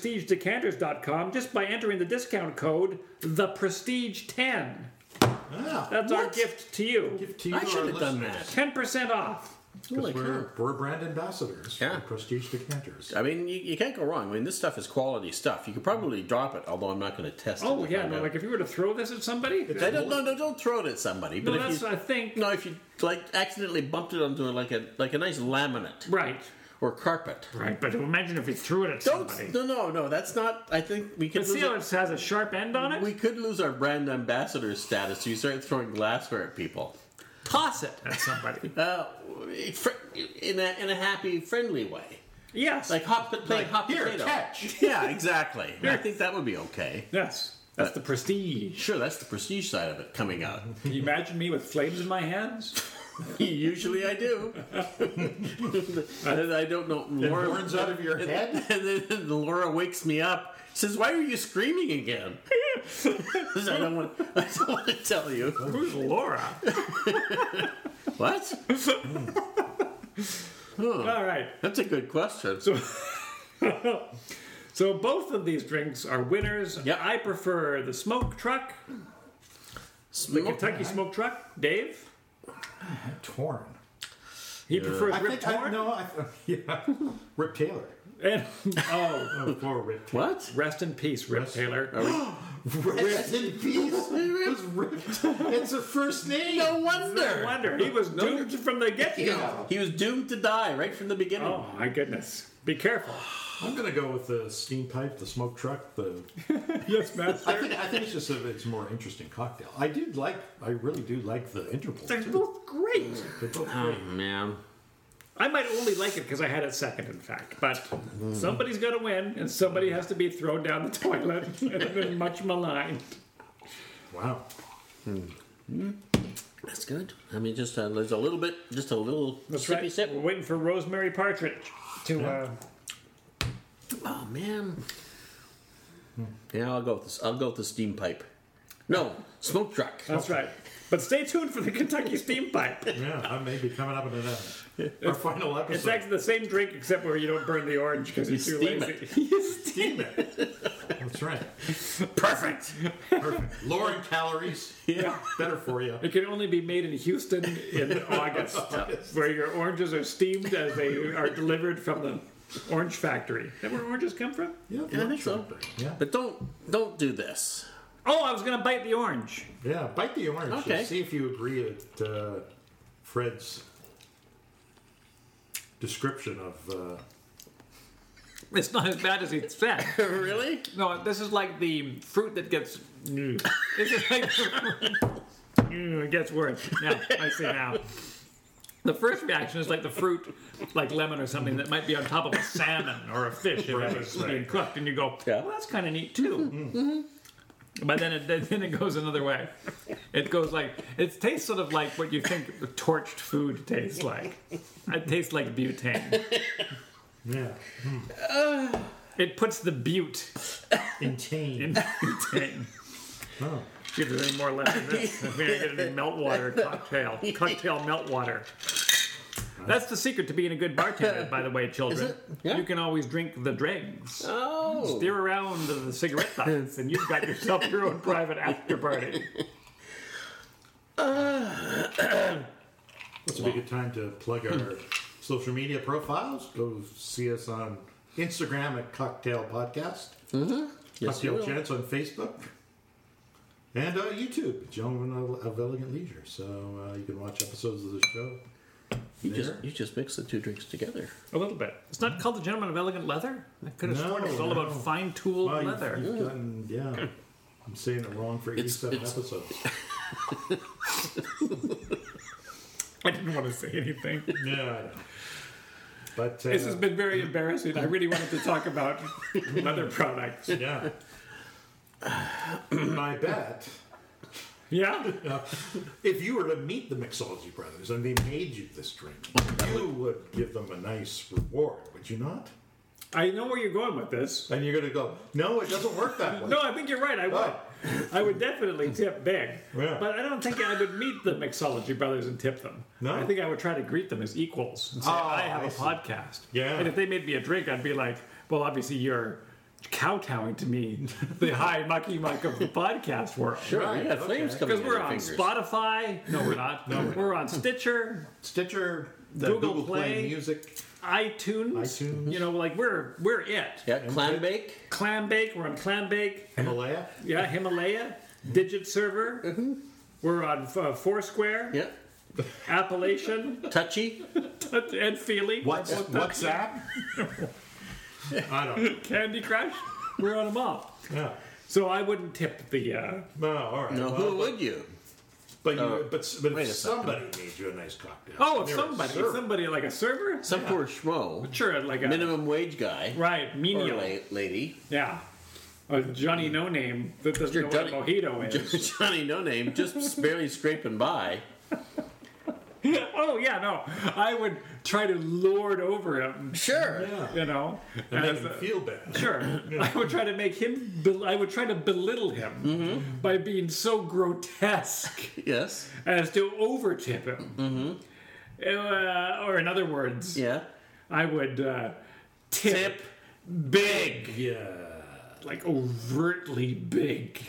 Speaker 1: shop.prestigedecanters.com just by entering the discount code the prestige 10.
Speaker 3: Ah,
Speaker 1: That's our gift to you.
Speaker 3: give to you
Speaker 2: I
Speaker 3: our
Speaker 2: should have done
Speaker 3: listeners.
Speaker 2: that.
Speaker 1: 10% off.
Speaker 2: Holy
Speaker 3: Because
Speaker 2: cow.
Speaker 3: we're, we're brand ambassadors
Speaker 2: Yeah.
Speaker 3: for Prestige Decanters.
Speaker 2: I mean, you, you can't go wrong. I mean, this stuff is quality stuff. You could probably drop it, although I'm not going to test it.
Speaker 1: Oh
Speaker 2: to
Speaker 1: yeah,
Speaker 2: find
Speaker 1: no,
Speaker 2: out.
Speaker 1: like if you were to throw this at somebody,
Speaker 2: I don't, no, no, don't throw it at somebody. But
Speaker 1: no,
Speaker 2: if
Speaker 1: that's
Speaker 2: you,
Speaker 1: I think
Speaker 2: no, if you like accidentally bumped it onto like a like a nice laminate
Speaker 1: right,
Speaker 2: or carpet.
Speaker 1: right. But imagine if you threw it at
Speaker 2: Don't
Speaker 1: somebody.
Speaker 2: no, no, no. That's not. I think we could
Speaker 1: But see
Speaker 2: lose
Speaker 1: how
Speaker 2: our,
Speaker 1: it has a sharp end on it.
Speaker 2: we could lose our brand ambassador status. You start throwing glassware at people.
Speaker 1: toss it at somebody.
Speaker 2: Uh, fr- in a in a happy, friendly way,
Speaker 1: yes,
Speaker 2: like hot pot- playing hot
Speaker 3: Here,
Speaker 2: potato.
Speaker 3: catch!
Speaker 2: Yeah, exactly. I think that would be okay.
Speaker 1: yes, that's the prestige.
Speaker 2: Sure, that's the prestige side of it coming out.
Speaker 1: Can you imagine me with flames in my hands?
Speaker 2: Usually I do. and I don't know. Laura,
Speaker 3: Horns out of your head?
Speaker 2: And then Laura wakes me up. Says, "Why are you screaming again?" Says, I don't want. I don't want to tell you
Speaker 1: Who's Laura?
Speaker 2: what.
Speaker 1: All right.
Speaker 2: That's a good question.
Speaker 1: So both of these drinks are winners.
Speaker 2: Yep.
Speaker 1: I prefer the smoke truck, the
Speaker 2: Smoke-
Speaker 1: Kentucky smoke truck. Dave,
Speaker 3: Torn.
Speaker 1: he prefers
Speaker 3: I
Speaker 1: Rip
Speaker 3: think I
Speaker 1: Torn.
Speaker 3: know. I, yeah. Rip Taylor.
Speaker 1: And oh,
Speaker 3: Oh, poor Rip Taylor.
Speaker 2: what?
Speaker 1: rest Oh, in peace, Rip
Speaker 3: Rest-
Speaker 1: Taylor.
Speaker 3: Rest in peace. It was Rip. It's a first name.
Speaker 2: No
Speaker 1: No
Speaker 2: wonder.
Speaker 1: wonder he was doomed from the get go.
Speaker 3: Yeah.
Speaker 2: He was doomed to die right from the beginning.
Speaker 1: Oh my goodness! Be careful.
Speaker 3: I'm gonna go with the steam pipe, the smoke truck, the.
Speaker 1: Yes,
Speaker 3: I
Speaker 1: master.
Speaker 3: think, I think it's just a, it's a more interesting cocktail. I do like. I really do like the interval.
Speaker 1: They're
Speaker 3: too.
Speaker 1: both great.
Speaker 3: They're both
Speaker 2: Oh,
Speaker 3: great.
Speaker 2: man.
Speaker 1: I might only like it because I had it second, in fact. But somebody's got to win, and somebody has to be thrown down the toilet and then much maligned.
Speaker 3: Wow.
Speaker 2: That's good. I mean, just uh, there's a little bit, just a little sippy sip.
Speaker 1: We're waiting for Rosemary Partridge to. Uh,
Speaker 2: Oh man. Yeah, I'll go with this. I'll go with the steam pipe. No, smoke truck.
Speaker 1: that's right. But stay tuned for the Kentucky steam pipe.
Speaker 3: Yeah, I may be coming up in an Our final
Speaker 1: It's
Speaker 3: episode.
Speaker 1: actually the same drink except where you don't burn the orange because you're too
Speaker 2: steam
Speaker 1: lazy.
Speaker 2: it.
Speaker 1: You steam-
Speaker 3: Steam it. That's right.
Speaker 2: Perfect.
Speaker 3: Perfect. Lower in calories.
Speaker 1: yeah.
Speaker 3: Better for you.
Speaker 1: It can only be made in Houston in August, where your oranges are steamed as they are delivered from the orange factory. Is that where oranges come from?
Speaker 3: Yeah,
Speaker 2: I think so.
Speaker 3: Yeah.
Speaker 2: But don't don't do this.
Speaker 1: Oh, I was going to bite the orange.
Speaker 3: Yeah, bite the orange.
Speaker 2: Okay.
Speaker 3: And see if you agree at uh, Fred's description of. Uh,
Speaker 1: It's not as bad as it's said.
Speaker 2: really?
Speaker 1: No, this is like the fruit that gets. this is like. Mm, it gets worse. Yeah, I see now. The first reaction is like the fruit, like lemon or something, that might be on top of a salmon or a fish if it was being cooked, and you go,
Speaker 2: Yeah.
Speaker 1: "Well, that's kind of neat too." Mm-hmm. But then it then it goes another way. It goes like it tastes sort of like what you think torched food tastes like. It tastes like butane.
Speaker 3: yeah.
Speaker 1: It puts the butte
Speaker 3: In tame.
Speaker 1: in butane.
Speaker 3: oh.
Speaker 1: See if there's any more left in this. I'm gonna get a meltwater cocktail. Cocktail meltwater. That's the secret to being a good bartender, by the way, children.
Speaker 2: Is it? Yeah.
Speaker 1: You can always drink the dregs.
Speaker 2: Oh.
Speaker 1: Steer around the cigarette butts, and you've got yourself your own private after party.
Speaker 3: It's a good time to plug our
Speaker 2: Hmm.
Speaker 3: social media profiles. Go see us on Instagram at Cocktail Podcast,
Speaker 2: Mm-hmm. Yes, you
Speaker 3: Cocktail
Speaker 2: will.
Speaker 3: Chance on Facebook, and uh, YouTube, Gentlemen of, of Elegant Leisure. So uh, you can watch episodes of the show.
Speaker 2: You just
Speaker 3: There.
Speaker 2: you just mix the two drinks together.
Speaker 1: A little bit. It's not called the gentleman of elegant leather. I could have
Speaker 3: No,
Speaker 1: sworn it was all
Speaker 3: no.
Speaker 1: about fine tooled
Speaker 3: Well, Oh, you've-
Speaker 1: leather.
Speaker 3: You've gotten, yeah. I'm saying it wrong for
Speaker 2: Mm. It's-
Speaker 3: 87
Speaker 2: it's-
Speaker 3: episodes.
Speaker 1: I didn't want to say anything.
Speaker 3: yeah, I know. But uh,
Speaker 1: This has been very embarrassing. I really wanted to talk about leather products.
Speaker 3: yeah. My bet.
Speaker 1: Yeah.
Speaker 3: If you were to meet the mixology brothers and they made you this drink, you would give them a nice reward, would you not?
Speaker 1: I know where you're going with this.
Speaker 3: And you're going to go, no, it doesn't work that way.
Speaker 1: No, I think you're right. I would.
Speaker 3: Oh.
Speaker 1: I would definitely tip big.
Speaker 3: Yeah.
Speaker 1: But I don't think I would meet the mixology brothers and tip them.
Speaker 3: No?
Speaker 1: I think I would try to greet them as equals and say,
Speaker 3: Oh,
Speaker 1: I have a
Speaker 3: I see.
Speaker 1: podcast.
Speaker 3: Yeah.
Speaker 1: And if they made me a drink, I'd be like, well, obviously you're kowtowing to me, the high mucky muck of the podcast world.
Speaker 2: Sure,
Speaker 3: Right,
Speaker 2: you got flames coming
Speaker 1: Because
Speaker 2: out of
Speaker 1: we're
Speaker 2: your
Speaker 1: on
Speaker 2: fingers.
Speaker 1: Spotify. No, we're not. no, we're on Stitcher,
Speaker 3: Stitcher, the
Speaker 1: Google
Speaker 3: Google, Play.
Speaker 1: Play.
Speaker 3: Music.
Speaker 1: iTunes.
Speaker 3: iTunes.
Speaker 1: You know, like we're we're it.
Speaker 2: Yeah, clam bake.
Speaker 1: Clam Bake. We're on Clam Bake.
Speaker 3: Himalaya.
Speaker 1: Yeah, Himalaya, Digit Server. We're on uh, Foursquare,
Speaker 2: Mm-hmm. Yeah,
Speaker 1: Appalachian,
Speaker 2: touchy.
Speaker 1: and Feeling.
Speaker 3: What's, WhatsApp? I don't know.
Speaker 1: Candy Crush. We're on them all.
Speaker 3: Yeah.
Speaker 1: So I wouldn't tip the. Uh,
Speaker 3: No, all right.
Speaker 2: Now,
Speaker 3: well,
Speaker 2: who would you?
Speaker 3: But, you,
Speaker 2: Uh,
Speaker 3: but, but
Speaker 2: wait
Speaker 3: if
Speaker 2: a second.
Speaker 3: somebody made you a nice cocktail.
Speaker 1: oh, if
Speaker 3: They were
Speaker 1: somebody,
Speaker 3: served.
Speaker 1: somebody like a server.
Speaker 2: Some poor schmo,
Speaker 1: Sure, like a
Speaker 2: minimum wage guy,
Speaker 1: right
Speaker 2: or
Speaker 1: menial.
Speaker 2: la- lady.
Speaker 1: Yeah, a Johnny No Name that doesn't
Speaker 2: Mm. Your
Speaker 1: know what a
Speaker 2: Johnny-
Speaker 1: mojito is.
Speaker 2: Johnny No Name just barely scraping by.
Speaker 1: oh yeah, no, I would try to lord over him.
Speaker 2: Sure.
Speaker 3: Yeah.
Speaker 1: You know,
Speaker 3: And
Speaker 1: as
Speaker 3: make them
Speaker 1: a-
Speaker 3: feel bad.
Speaker 1: Sure. I would try to make him. Be- I would try to belittle him by being so grotesque
Speaker 2: Yes.
Speaker 1: as to overtip him. Uh, or in other words,
Speaker 2: Yeah.
Speaker 1: I would uh, tip,
Speaker 2: Tip big.
Speaker 3: Yeah.
Speaker 1: like overtly big.